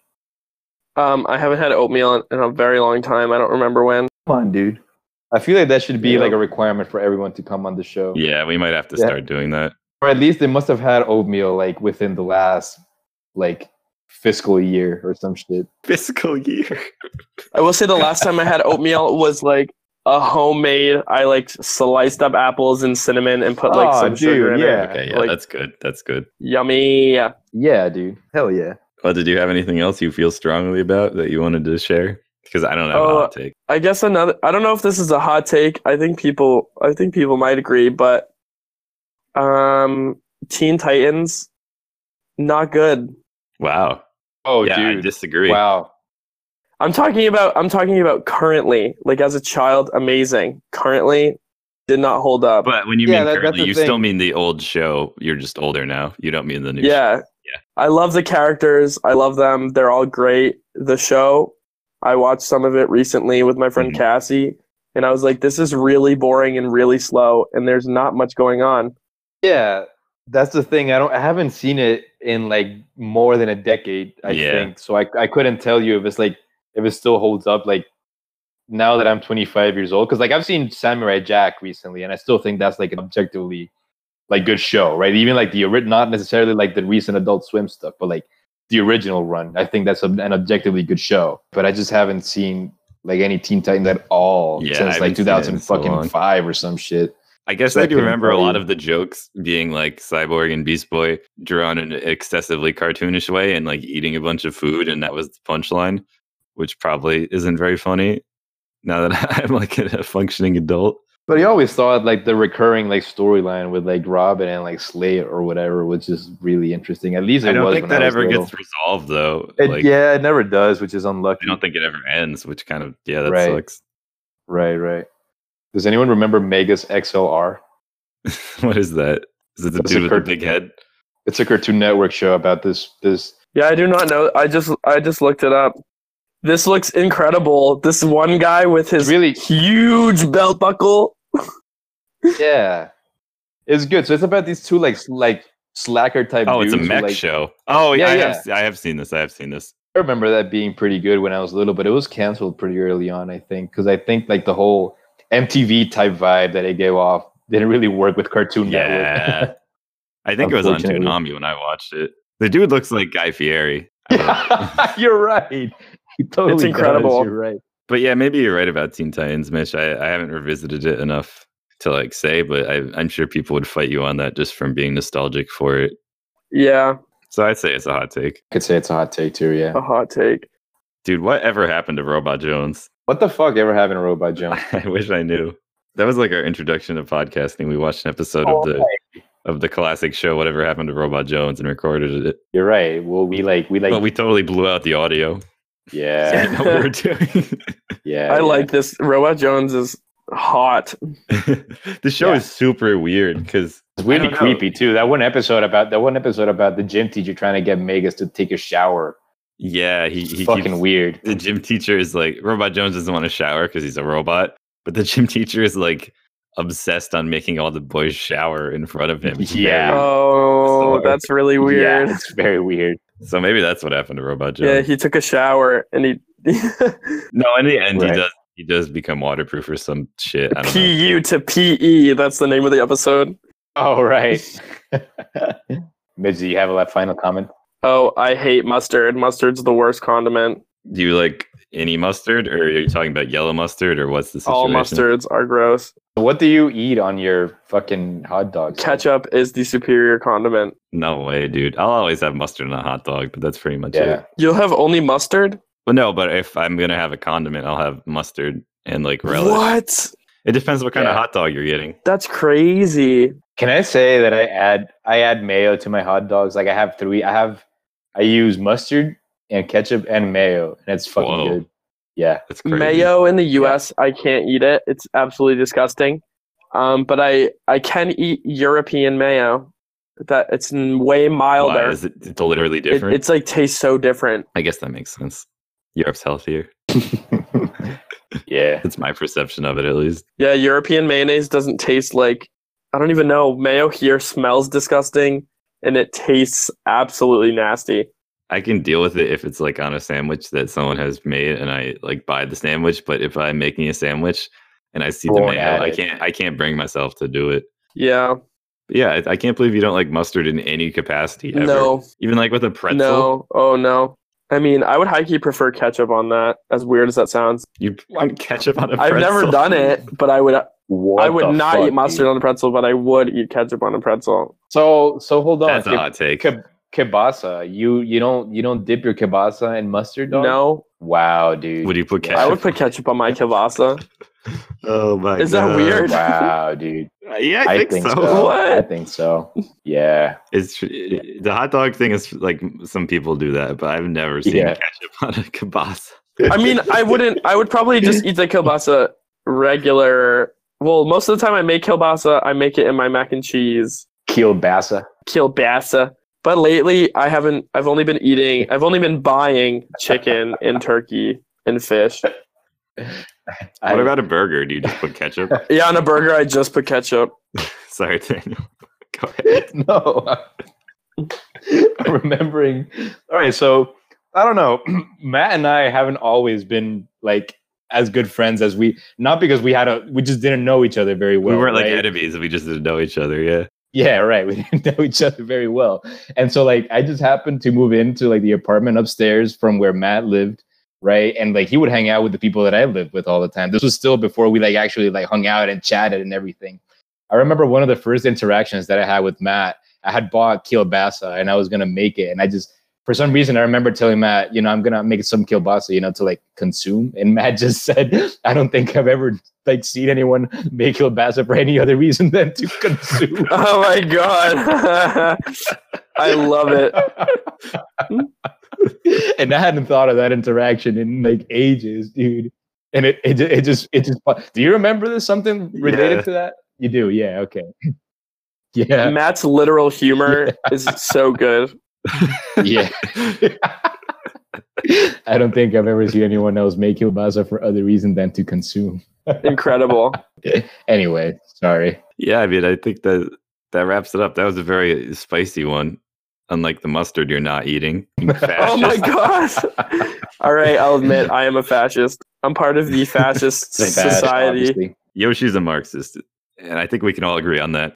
Speaker 1: Um, I haven't had oatmeal in, in a very long time. I don't remember when.
Speaker 2: Come on, dude. I feel like that should be
Speaker 1: Yeah.
Speaker 2: like a requirement for everyone to come on the show.
Speaker 3: Yeah, we might have to
Speaker 2: Oh. Yeah.
Speaker 3: start doing that.
Speaker 2: Or at least they must have had oatmeal like within the last like fiscal year or some shit.
Speaker 3: Fiscal year.
Speaker 1: I will say the last time I had oatmeal was like a homemade. I like sliced up apples and cinnamon and put like
Speaker 2: Aw,
Speaker 1: some sugar
Speaker 2: dude,
Speaker 1: in
Speaker 2: yeah.
Speaker 1: it.
Speaker 3: Okay, yeah,
Speaker 1: Like-
Speaker 3: that's good. That's good.
Speaker 1: Yummy.
Speaker 2: Yeah, dude. Hell yeah.
Speaker 3: Well, did you have anything else you feel strongly about that you wanted to share? Because I don't have
Speaker 1: Oh,
Speaker 3: a hot take.
Speaker 1: I guess another. I don't know if this is a hot take. I think people. I think people might agree, but um, Teen Titans, not good.
Speaker 3: Wow.
Speaker 7: Oh,
Speaker 3: yeah, I
Speaker 7: dude!
Speaker 3: disagree.
Speaker 7: wow.
Speaker 1: I'm talking about. I'm talking about currently. Like as a child, amazing. Currently, did not hold up.
Speaker 3: But when you
Speaker 2: Yeah,
Speaker 3: mean
Speaker 2: that- that's
Speaker 3: currently,
Speaker 2: the
Speaker 3: you still
Speaker 2: thing.
Speaker 3: mean the old show. You're just older now. You don't mean the new.
Speaker 1: yeah.
Speaker 3: Yeah.
Speaker 1: I love the characters. I love them. They're all great. The show, I watched some of it recently with my friend
Speaker 2: Mm-hmm.
Speaker 3: Mhm.
Speaker 1: Cassie, and I was like, this is really boring and really slow, and there's not much going on.
Speaker 2: Yeah. That's the thing. I don't I haven't seen it in like more than a decade, I
Speaker 3: Yeah.
Speaker 2: think. So I I couldn't tell you if it's like if it still holds up like now that I'm 25 years old cuz like I've seen Samurai Jack recently and I still think that's like an objectively like good show, right? Even like the ori- not necessarily like the recent adult swim stuff, but like the original run. I think that's an objectively good show, but I just haven't seen like any Teen Titans at all
Speaker 3: Yeah, I
Speaker 2: since like
Speaker 3: haven't seen it in so long.
Speaker 2: 2005 or some shit.
Speaker 3: I guess
Speaker 2: So
Speaker 3: I
Speaker 2: I
Speaker 3: do
Speaker 2: couldn't
Speaker 3: remember a
Speaker 2: tell
Speaker 3: lot
Speaker 2: you.
Speaker 3: of the jokes being like Cyborg and Beast Boy drawn in an excessively cartoonish way and like eating a bunch of food, and that was the punchline, which probably isn't very funny now that [LAUGHS] I'm like a functioning adult.
Speaker 2: But he always thought like the recurring like storyline with like Robin and like Slate or whatever was just really interesting. At least it
Speaker 3: I don't
Speaker 2: was
Speaker 3: think
Speaker 2: when
Speaker 3: that
Speaker 2: I was
Speaker 3: ever
Speaker 2: little.
Speaker 3: gets resolved though.
Speaker 2: It-
Speaker 3: like,
Speaker 2: yeah, it never does, which is
Speaker 3: I
Speaker 2: unlucky.
Speaker 3: don't think it ever ends, which kind of yeah, that
Speaker 2: Right.
Speaker 3: sucks. [LAUGHS]
Speaker 2: Right, right. Does anyone remember Megas XLR?
Speaker 3: what is that? Is it the
Speaker 2: That's a
Speaker 3: dude with the
Speaker 2: curtain.
Speaker 3: big head?
Speaker 2: It's a Cartoon Network show about this
Speaker 3: [LAUGHS]
Speaker 2: this
Speaker 1: Yeah, I do not know. I just I just looked it up. This looks incredible. This one guy with his
Speaker 2: really
Speaker 1: huge belt buckle.
Speaker 2: yeah. It's good. So it's about these two like s- like slacker type
Speaker 3: Oh, it's a
Speaker 2: dudes who,
Speaker 3: mech
Speaker 2: like-
Speaker 3: show. Oh yeah,
Speaker 2: Yeah,
Speaker 3: I,
Speaker 2: yeah.
Speaker 3: Have, I have seen this. I have seen this.
Speaker 2: I remember that being pretty good when I was little, but it was canceled pretty early on, I think, because I think like the whole MTV type vibe that it gave off didn't really work with Cartoon
Speaker 3: Yeah.
Speaker 2: [LAUGHS] Network.
Speaker 3: I think it was on
Speaker 2: Unfortunately.
Speaker 3: Toonami when I watched it. The dude looks like Guy Fieri. I don't know.
Speaker 2: Yeah, you're right. He totally does,
Speaker 1: incredible.
Speaker 2: You're right.
Speaker 3: But yeah, maybe you're right about Teen Titans, Mitch. I, I haven't revisited it enough to like say, but I, I'm sure people would fight you on that just from being nostalgic for it.
Speaker 1: Yeah,
Speaker 3: So I'd say it's a hot take,
Speaker 2: Could say it's a hot take too. Yeah.
Speaker 1: a hot take.
Speaker 3: dude. Whatever happened to Robot Jones?
Speaker 2: [LAUGHS] What the fuck ever happened to Robot Jones?
Speaker 3: [LAUGHS] I wish I knew. That was like our introduction to podcasting. We watched an episode
Speaker 2: Oh,
Speaker 3: of the of the classic show Whatever Happened to Robot Jones and recorded it.
Speaker 2: [LAUGHS] You're right. Well, we like we like
Speaker 3: but we totally blew out the audio. [LAUGHS] You
Speaker 2: yeah
Speaker 3: know what we were
Speaker 2: [LAUGHS]
Speaker 3: doing. [LAUGHS]
Speaker 2: yeah.
Speaker 1: I
Speaker 2: yeah.
Speaker 1: like this. Robot Jones is hot.
Speaker 3: the show
Speaker 2: Yeah.
Speaker 3: is super weird because
Speaker 2: It's
Speaker 3: I
Speaker 2: really
Speaker 3: don't know.
Speaker 2: creepy too. That one episode about that one episode about the gym teacher trying to get Megas to take a shower.
Speaker 3: yeah, he, he
Speaker 2: fucking
Speaker 3: keeps-
Speaker 2: weird.
Speaker 3: the gym teacher is like robot jones doesn't want to shower because he's a robot but the gym [LAUGHS] teacher is like obsessed on making all the boys shower in front of him It's very-
Speaker 2: Yeah.
Speaker 1: Oh,
Speaker 3: Sorry.
Speaker 1: that's really weird.
Speaker 2: Yeah, it's very weird. [LAUGHS]
Speaker 3: so maybe that's what happened to robot jones
Speaker 1: Yeah, he took a shower and he [LAUGHS]
Speaker 3: no in the end
Speaker 2: Right.
Speaker 3: he does he does become waterproof or some shit i
Speaker 1: [LAUGHS]
Speaker 3: don't know
Speaker 1: PU to PE. That's the name of the episode.
Speaker 2: Oh right. Midge, do you have a final comment?
Speaker 1: Oh, I hate mustard. Mustard's the worst condiment.
Speaker 3: do you like any mustard or are you talking about yellow mustard or what's the situation
Speaker 1: All mustards are gross.
Speaker 2: What do you eat on your fucking hot dogs?
Speaker 1: Ketchup is the superior condiment.
Speaker 3: no way dude i'll always have mustard in a hot dog but that's pretty much
Speaker 2: Yeah.
Speaker 3: it
Speaker 1: You'll have only mustard?
Speaker 3: but no but if i'm gonna have a condiment i'll have mustard and like relish
Speaker 1: What?
Speaker 3: it depends what kind of
Speaker 2: Yeah.
Speaker 3: hot dog you're getting
Speaker 1: That's crazy.
Speaker 2: Can I say that I add I add mayo to my hot dogs? Like I have three. I have I use mustard and ketchup and mayo, and it's fucking
Speaker 3: Whoa.
Speaker 2: good.
Speaker 3: [LAUGHS]
Speaker 2: Yeah.
Speaker 3: That's crazy.
Speaker 1: Mayo in the U.S. I can't eat it. It's absolutely disgusting. Um, but I I can eat European mayo. That it's n- way
Speaker 3: Why
Speaker 1: milder.
Speaker 3: is it it's literally
Speaker 1: It,
Speaker 3: different?
Speaker 1: it's like tastes so different.
Speaker 3: I guess that makes sense. Europe's healthier.
Speaker 2: Yeah.
Speaker 3: That's my perception of it, at least.
Speaker 1: Yeah, European mayonnaise doesn't taste like I don't even know. Mayo here smells disgusting and it tastes absolutely nasty.
Speaker 3: I can deal with it if it's like on a sandwich that someone has made and I like buy the sandwich. But if I'm making a sandwich and I see the
Speaker 2: Thrown
Speaker 3: mayo,
Speaker 2: at
Speaker 3: I
Speaker 2: it.
Speaker 3: can't. I can't bring myself to do it.
Speaker 1: Yeah.
Speaker 3: But yeah, I, I can't believe you don't like mustard in any capacity ever.
Speaker 1: No.
Speaker 3: Even like with a pretzel,
Speaker 1: No. Oh no. I mean, I would high key prefer ketchup on that. As weird as that sounds,
Speaker 3: you want ketchup on a
Speaker 1: I've
Speaker 3: pretzel.
Speaker 1: never done it, but I would.
Speaker 2: What
Speaker 1: I would
Speaker 2: the
Speaker 1: not
Speaker 2: fuck,
Speaker 1: eat mustard
Speaker 2: dude?
Speaker 1: on a pretzel, but I would eat ketchup on a pretzel.
Speaker 2: So so hold
Speaker 3: [LAUGHS]
Speaker 2: on.
Speaker 3: That's a
Speaker 2: Kib-
Speaker 3: hot take.
Speaker 2: kib- kielbasa. You you don't you don't dip your kielbasa in mustard, dog?
Speaker 1: No,
Speaker 2: Wow, dude.
Speaker 3: Would you put
Speaker 2: Yeah.
Speaker 1: [LAUGHS]
Speaker 3: ketchup?
Speaker 1: I would put ketchup on my kielbasa.
Speaker 3: Oh my
Speaker 1: Is that [LAUGHS] weird?
Speaker 2: Wow, dude.
Speaker 3: Uh, Yeah, [LAUGHS] I,
Speaker 2: I,
Speaker 3: think, so.
Speaker 1: What?
Speaker 2: I think so. Yeah.
Speaker 3: It's tr- the hot dog thing is like some people do that, but I've never seen
Speaker 2: Yeah.
Speaker 3: ketchup [LAUGHS] on a kielbasa.
Speaker 1: I mean, I wouldn't. I would probably just eat the kielbasa regular. Well, most of the time I make kielbasa, I make it in my mac and cheese
Speaker 2: Kielbasa.
Speaker 1: kielbasa. But lately, I haven't. I've only been eating. I've only been buying chicken and turkey and fish.
Speaker 2: I-
Speaker 3: what about a burger? Do you just put ketchup?
Speaker 1: Yeah, on a burger, I just put ketchup. [LAUGHS]
Speaker 3: [LAUGHS] Sorry, Daniel. Go ahead.
Speaker 2: [LAUGHS] no. I'm remembering. All right, so I don't know. [CLEARS THROAT] Matt and I haven't always been like as good friends as we not because we had a we just didn't know each other very well.
Speaker 3: we weren't like
Speaker 2: right?
Speaker 3: enemies. We just didn't know each other. Yeah.
Speaker 2: Yeah, right. [LAUGHS] We didn't know each other very well. And so like I just happened to move into like the apartment upstairs from where Matt lived, right? And like he would hang out with the people that I lived with all the time. This was still before we like actually like hung out and chatted and everything. I remember one of the first interactions that I had with Matt, I had bought kielbasa and I was gonna make it. And I just for some reason I remember telling Matt, you know, I'm gonna make some kielbasa, you know, to like consume. And [LAUGHS] Matt just said, I don't think I've ever like seen anyone make kielbasa for any other reason than to [LAUGHS] consume.
Speaker 1: Oh my god, [LAUGHS] I love it.
Speaker 2: [LAUGHS] and I hadn't thought of that interaction in like ages, dude. And it it, ju- it just it just do you remember this something related
Speaker 3: Yeah.
Speaker 2: to that? You do, yeah, okay. [LAUGHS] Yeah,
Speaker 1: Matt's literal humor is so good.
Speaker 2: yeah. [LAUGHS] I don't think I've ever seen anyone else make kielbasa for other reason than to consume. [LAUGHS]
Speaker 1: Incredible.
Speaker 2: Anyway, sorry.
Speaker 3: Yeah. I mean, I think that that wraps it up. That was a very spicy one. Unlike the mustard you're not eating. You
Speaker 1: Oh my
Speaker 3: [LAUGHS] fascist.
Speaker 1: god. All right, I'll admit I am a fascist. I'm part of
Speaker 2: [LAUGHS]
Speaker 1: the fascist
Speaker 2: Bad,
Speaker 1: society.
Speaker 2: obviously.
Speaker 3: Yoshi's a Marxist. And I think we can all agree on that.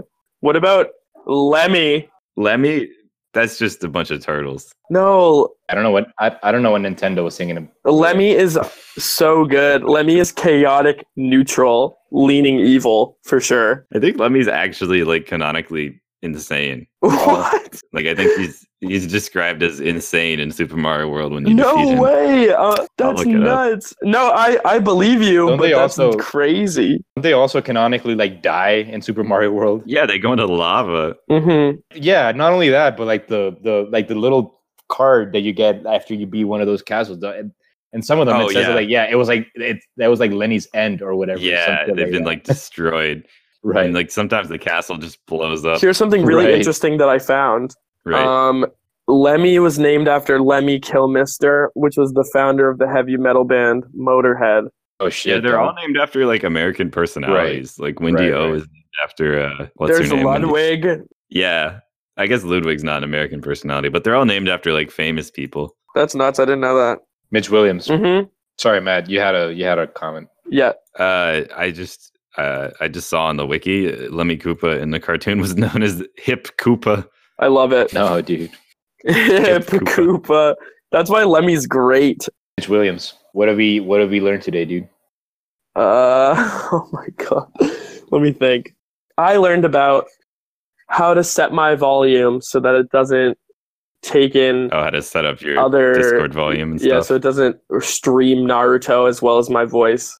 Speaker 1: [LAUGHS] what about Lemmy?
Speaker 3: Lemmy, that's just a bunch of turtles.
Speaker 1: No,
Speaker 2: I don't know what I, I don't know what Nintendo was singing.
Speaker 1: Lemmy is so good. Lemmy is chaotic, neutral, leaning evil for sure. [LAUGHS]
Speaker 3: I think Lemmy's actually like canonically insane.
Speaker 1: What?
Speaker 3: Like I think he's he's described as insane in Super Mario World when you defeat
Speaker 1: No
Speaker 3: him.
Speaker 1: way. Uh, that's
Speaker 3: look it up.
Speaker 1: nuts. No, I, I believe you,
Speaker 2: Don't
Speaker 1: but
Speaker 2: they
Speaker 1: that's
Speaker 2: also-
Speaker 1: crazy.
Speaker 2: Don't they also canonically like die in Super Mario World?
Speaker 3: Yeah, they go into lava.
Speaker 1: Mm-hmm.
Speaker 2: yeah not only that but like the the like the little card that you get after you beat one of those castles the- and, and some of them
Speaker 3: Oh,
Speaker 2: it says
Speaker 3: yeah.
Speaker 2: like yeah it was like it that was like lenny's end or whatever
Speaker 3: Yeah,
Speaker 2: something
Speaker 3: they've been
Speaker 2: that.
Speaker 3: like destroyed.
Speaker 2: right
Speaker 3: And like sometimes the castle just blows up.
Speaker 1: Here's something really
Speaker 2: Right.
Speaker 1: interesting that I found.
Speaker 3: Uh, Right.
Speaker 1: Um, Lemmy was named after Lemmy Kilmister, which was the founder of the heavy metal band Motorhead.
Speaker 2: oh
Speaker 3: yeah,
Speaker 2: shit
Speaker 3: they're
Speaker 2: dog.
Speaker 3: all named after like American personalities. Like Wendy
Speaker 2: Right,
Speaker 3: O
Speaker 2: right.
Speaker 3: is named after uh what's
Speaker 1: There's
Speaker 3: her name? Wendy-
Speaker 1: Ludwig.
Speaker 3: Yeah. I guess Ludwig's not an American personality, but they're all named after like famous people.
Speaker 1: That's nuts. I didn't know that.
Speaker 2: mitch williams
Speaker 1: Mm-hmm.
Speaker 2: sorry matt you had a you had a comment
Speaker 1: Yeah.
Speaker 3: Uh, I just uh, I just saw on the wiki uh, Lemmy Koopa in the cartoon was [LAUGHS] known as Hip Koopa.
Speaker 1: I love it.
Speaker 2: no dude
Speaker 3: [LAUGHS]
Speaker 1: Hip
Speaker 3: Koopa.
Speaker 1: Koopa. That's why Lemmy's great.
Speaker 2: mitch williams what have we what have we learned today dude
Speaker 1: Uh, [LAUGHS] oh my god. Let me think. I learned about how to set my volume so that it doesn't take in
Speaker 3: Oh, how to set up your
Speaker 1: other
Speaker 3: Discord volume and
Speaker 1: Yeah, so
Speaker 3: stuff.
Speaker 1: it doesn't stream Naruto as well as my voice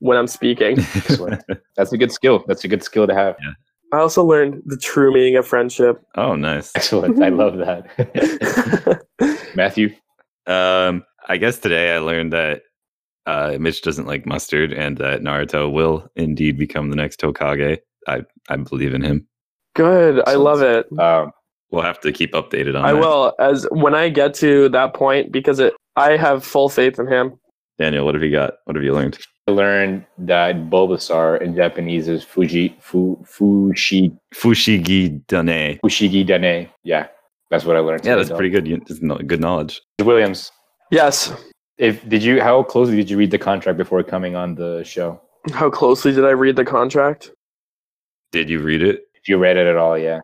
Speaker 1: when I'm
Speaker 3: [LAUGHS]
Speaker 1: speaking.
Speaker 2: Excellent. that's a good skill that's a good skill to have [LAUGHS]
Speaker 1: I also learned the true meaning of friendship. [LAUGHS]
Speaker 3: oh, nice.
Speaker 2: excellent i love that [LAUGHS] matthew
Speaker 3: Um, I guess today I learned that uh, Mitch doesn't like mustard, and that Naruto will indeed become the next Hokage. I I believe in him.
Speaker 1: Good. I love it.
Speaker 2: Um,
Speaker 3: We'll have to keep updated on.
Speaker 1: I
Speaker 3: that.
Speaker 1: will as when I get to that point because it I have full faith in him.
Speaker 3: Daniel, what have you got? What have you learned?
Speaker 2: I learned that Bulbasaur in Japanese is Fuji Fu Fushi
Speaker 3: Fushigi Dane.
Speaker 2: Fushigi Dane. Yeah, that's what I learned.
Speaker 3: Yeah,
Speaker 2: today,
Speaker 3: that's
Speaker 2: dog.
Speaker 3: pretty good. You- That's no- good knowledge.
Speaker 2: Williams,
Speaker 1: Yes.
Speaker 2: if did you how closely did you read the contract before coming on the show?
Speaker 1: How closely did I read the contract?
Speaker 3: Did you read it?
Speaker 2: If you read it at all, yeah.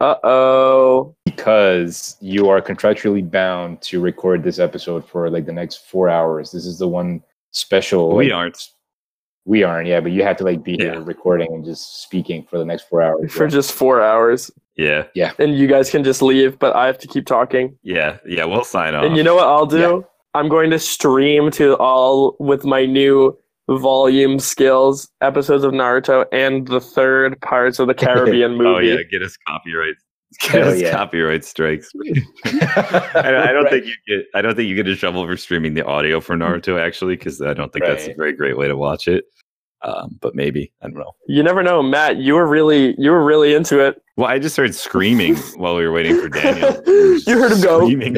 Speaker 1: Uh oh.
Speaker 2: Because you are contractually bound to record this episode for like the next four hours. This is the one special.
Speaker 3: we
Speaker 2: like,
Speaker 3: aren't.
Speaker 2: We aren't, yeah, but you have to like be
Speaker 3: Yeah.
Speaker 2: here recording and just speaking for the next four hours.
Speaker 1: For
Speaker 2: yeah.
Speaker 1: just four hours.
Speaker 3: Yeah,
Speaker 1: And you guys can just leave, but I have to keep talking.
Speaker 3: yeah, yeah. We'll sign off.
Speaker 1: And you know what I'll do? I'm going to stream to all with my new volume skills episodes of Naruto and the third parts of the Caribbean movie.
Speaker 3: [LAUGHS] oh yeah, get us [LAUGHS] copyright. Get
Speaker 2: Hell
Speaker 3: us
Speaker 2: yeah.
Speaker 3: copyright strikes. Oh, [LAUGHS] I don't,
Speaker 2: [LAUGHS]
Speaker 3: I don't think you get. I don't think you get in trouble for streaming the audio for Naruto actually, because I don't think that's a
Speaker 2: Right.
Speaker 3: very great way to watch it. Um, but maybe I don't know.
Speaker 1: You never know, Matt. You were really you were really into it.
Speaker 3: Well, I just heard screaming while we were waiting for [LAUGHS] Daniel.
Speaker 1: You heard him go.
Speaker 3: Screaming.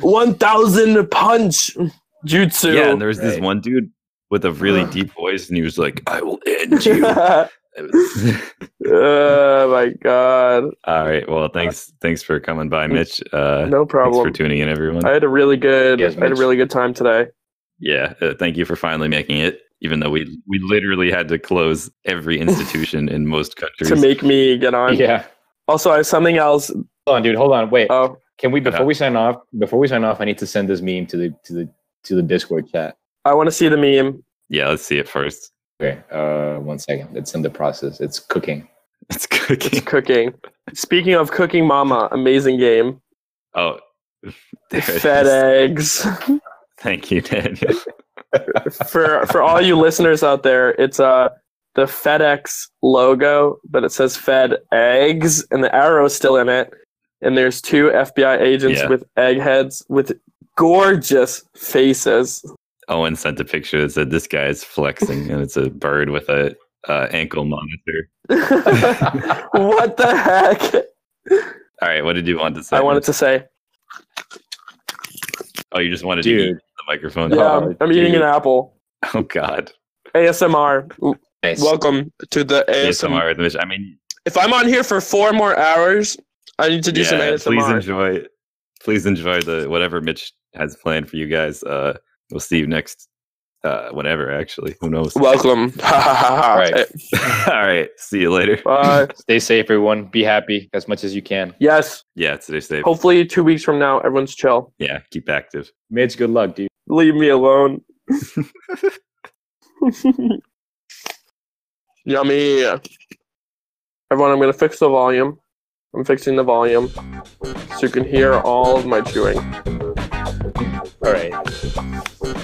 Speaker 1: One thousand punch jutsu.
Speaker 3: yeah, and there was this
Speaker 2: Right.
Speaker 3: one dude with a really deep voice, and he was like, "I will end you."
Speaker 1: [LAUGHS]
Speaker 3: It was-
Speaker 1: oh my god.
Speaker 3: All right. Well, thanks. Thanks for coming by, Mitch. Uh,
Speaker 1: Uh, No
Speaker 3: thanks for
Speaker 1: problem.
Speaker 3: tuning in, everyone.
Speaker 1: I had a really good
Speaker 2: Yes,
Speaker 1: I had a
Speaker 2: Mitch.
Speaker 1: really good time today.
Speaker 3: yeah. Uh, thank you for finally making it, even though we we literally had to close every institution in most
Speaker 1: [LAUGHS]
Speaker 3: countries.
Speaker 1: To make me get on.
Speaker 2: yeah.
Speaker 1: Also I have something else.
Speaker 2: Hold on, dude. Hold on. Wait.
Speaker 1: Oh
Speaker 2: Can we before
Speaker 3: Yeah.
Speaker 2: we sign off? Before we sign off, I need to send this meme to the to the to the Discord chat.
Speaker 1: I wanna see the meme.
Speaker 3: yeah. Let's see it first. [LAUGHS]
Speaker 2: Okay, uh, one second. It's in the process. It's cooking.
Speaker 3: It's
Speaker 1: It's
Speaker 3: cooking.
Speaker 1: cooking. Speaking of cooking mama, amazing game.
Speaker 3: Oh, there it
Speaker 1: Fed
Speaker 3: is.
Speaker 1: eggs. [LAUGHS]
Speaker 3: Thank you, Daniel.
Speaker 1: for for all you listeners out there, it's uh the FedEx logo, but it says Fed eggs, and the arrow's still in it. And there's two FBI agents
Speaker 3: Yeah.
Speaker 1: with egg heads with gorgeous faces.
Speaker 3: [LAUGHS]
Speaker 1: [LAUGHS]
Speaker 3: Owen sent a picture that said this guy is flexing, and it's a bird with a uh, ankle monitor.
Speaker 1: what the heck?
Speaker 3: All right, what did you want to say?
Speaker 1: I wanted to say,
Speaker 3: Oh, you just wanted to eat
Speaker 2: Dude.
Speaker 3: the microphone.
Speaker 1: yeah, I'm- I'm eating an
Speaker 2: dude.
Speaker 1: apple.
Speaker 3: [LAUGHS] Oh God.
Speaker 1: ASMR.
Speaker 2: Nice.
Speaker 1: Welcome to the
Speaker 3: ASMR with Mitch. I mean,
Speaker 1: If I'm on here for four more hours, I need to do some
Speaker 3: yeah,
Speaker 1: ASMR.
Speaker 3: please enjoy. Please enjoy the whatever Mitch has planned for you guys. Uh, we'll see you next. Uh, whenever actually, who knows?
Speaker 1: Welcome. [LAUGHS] All
Speaker 2: right.
Speaker 3: [LAUGHS] All right, see you later. [LAUGHS]
Speaker 1: Bye.
Speaker 2: Stay safe, everyone. Be happy as much as you can.
Speaker 1: Yes.
Speaker 3: Yeah, stay safe.
Speaker 1: Hopefully, two weeks from now, everyone's chill.
Speaker 3: Yeah, keep active.
Speaker 2: Mitch, good luck, dude.
Speaker 1: Leave me alone. [LAUGHS] Yummy. Everyone, I'm going to fix the volume. I'm fixing the volume so you can hear all of my chewing.
Speaker 2: All right.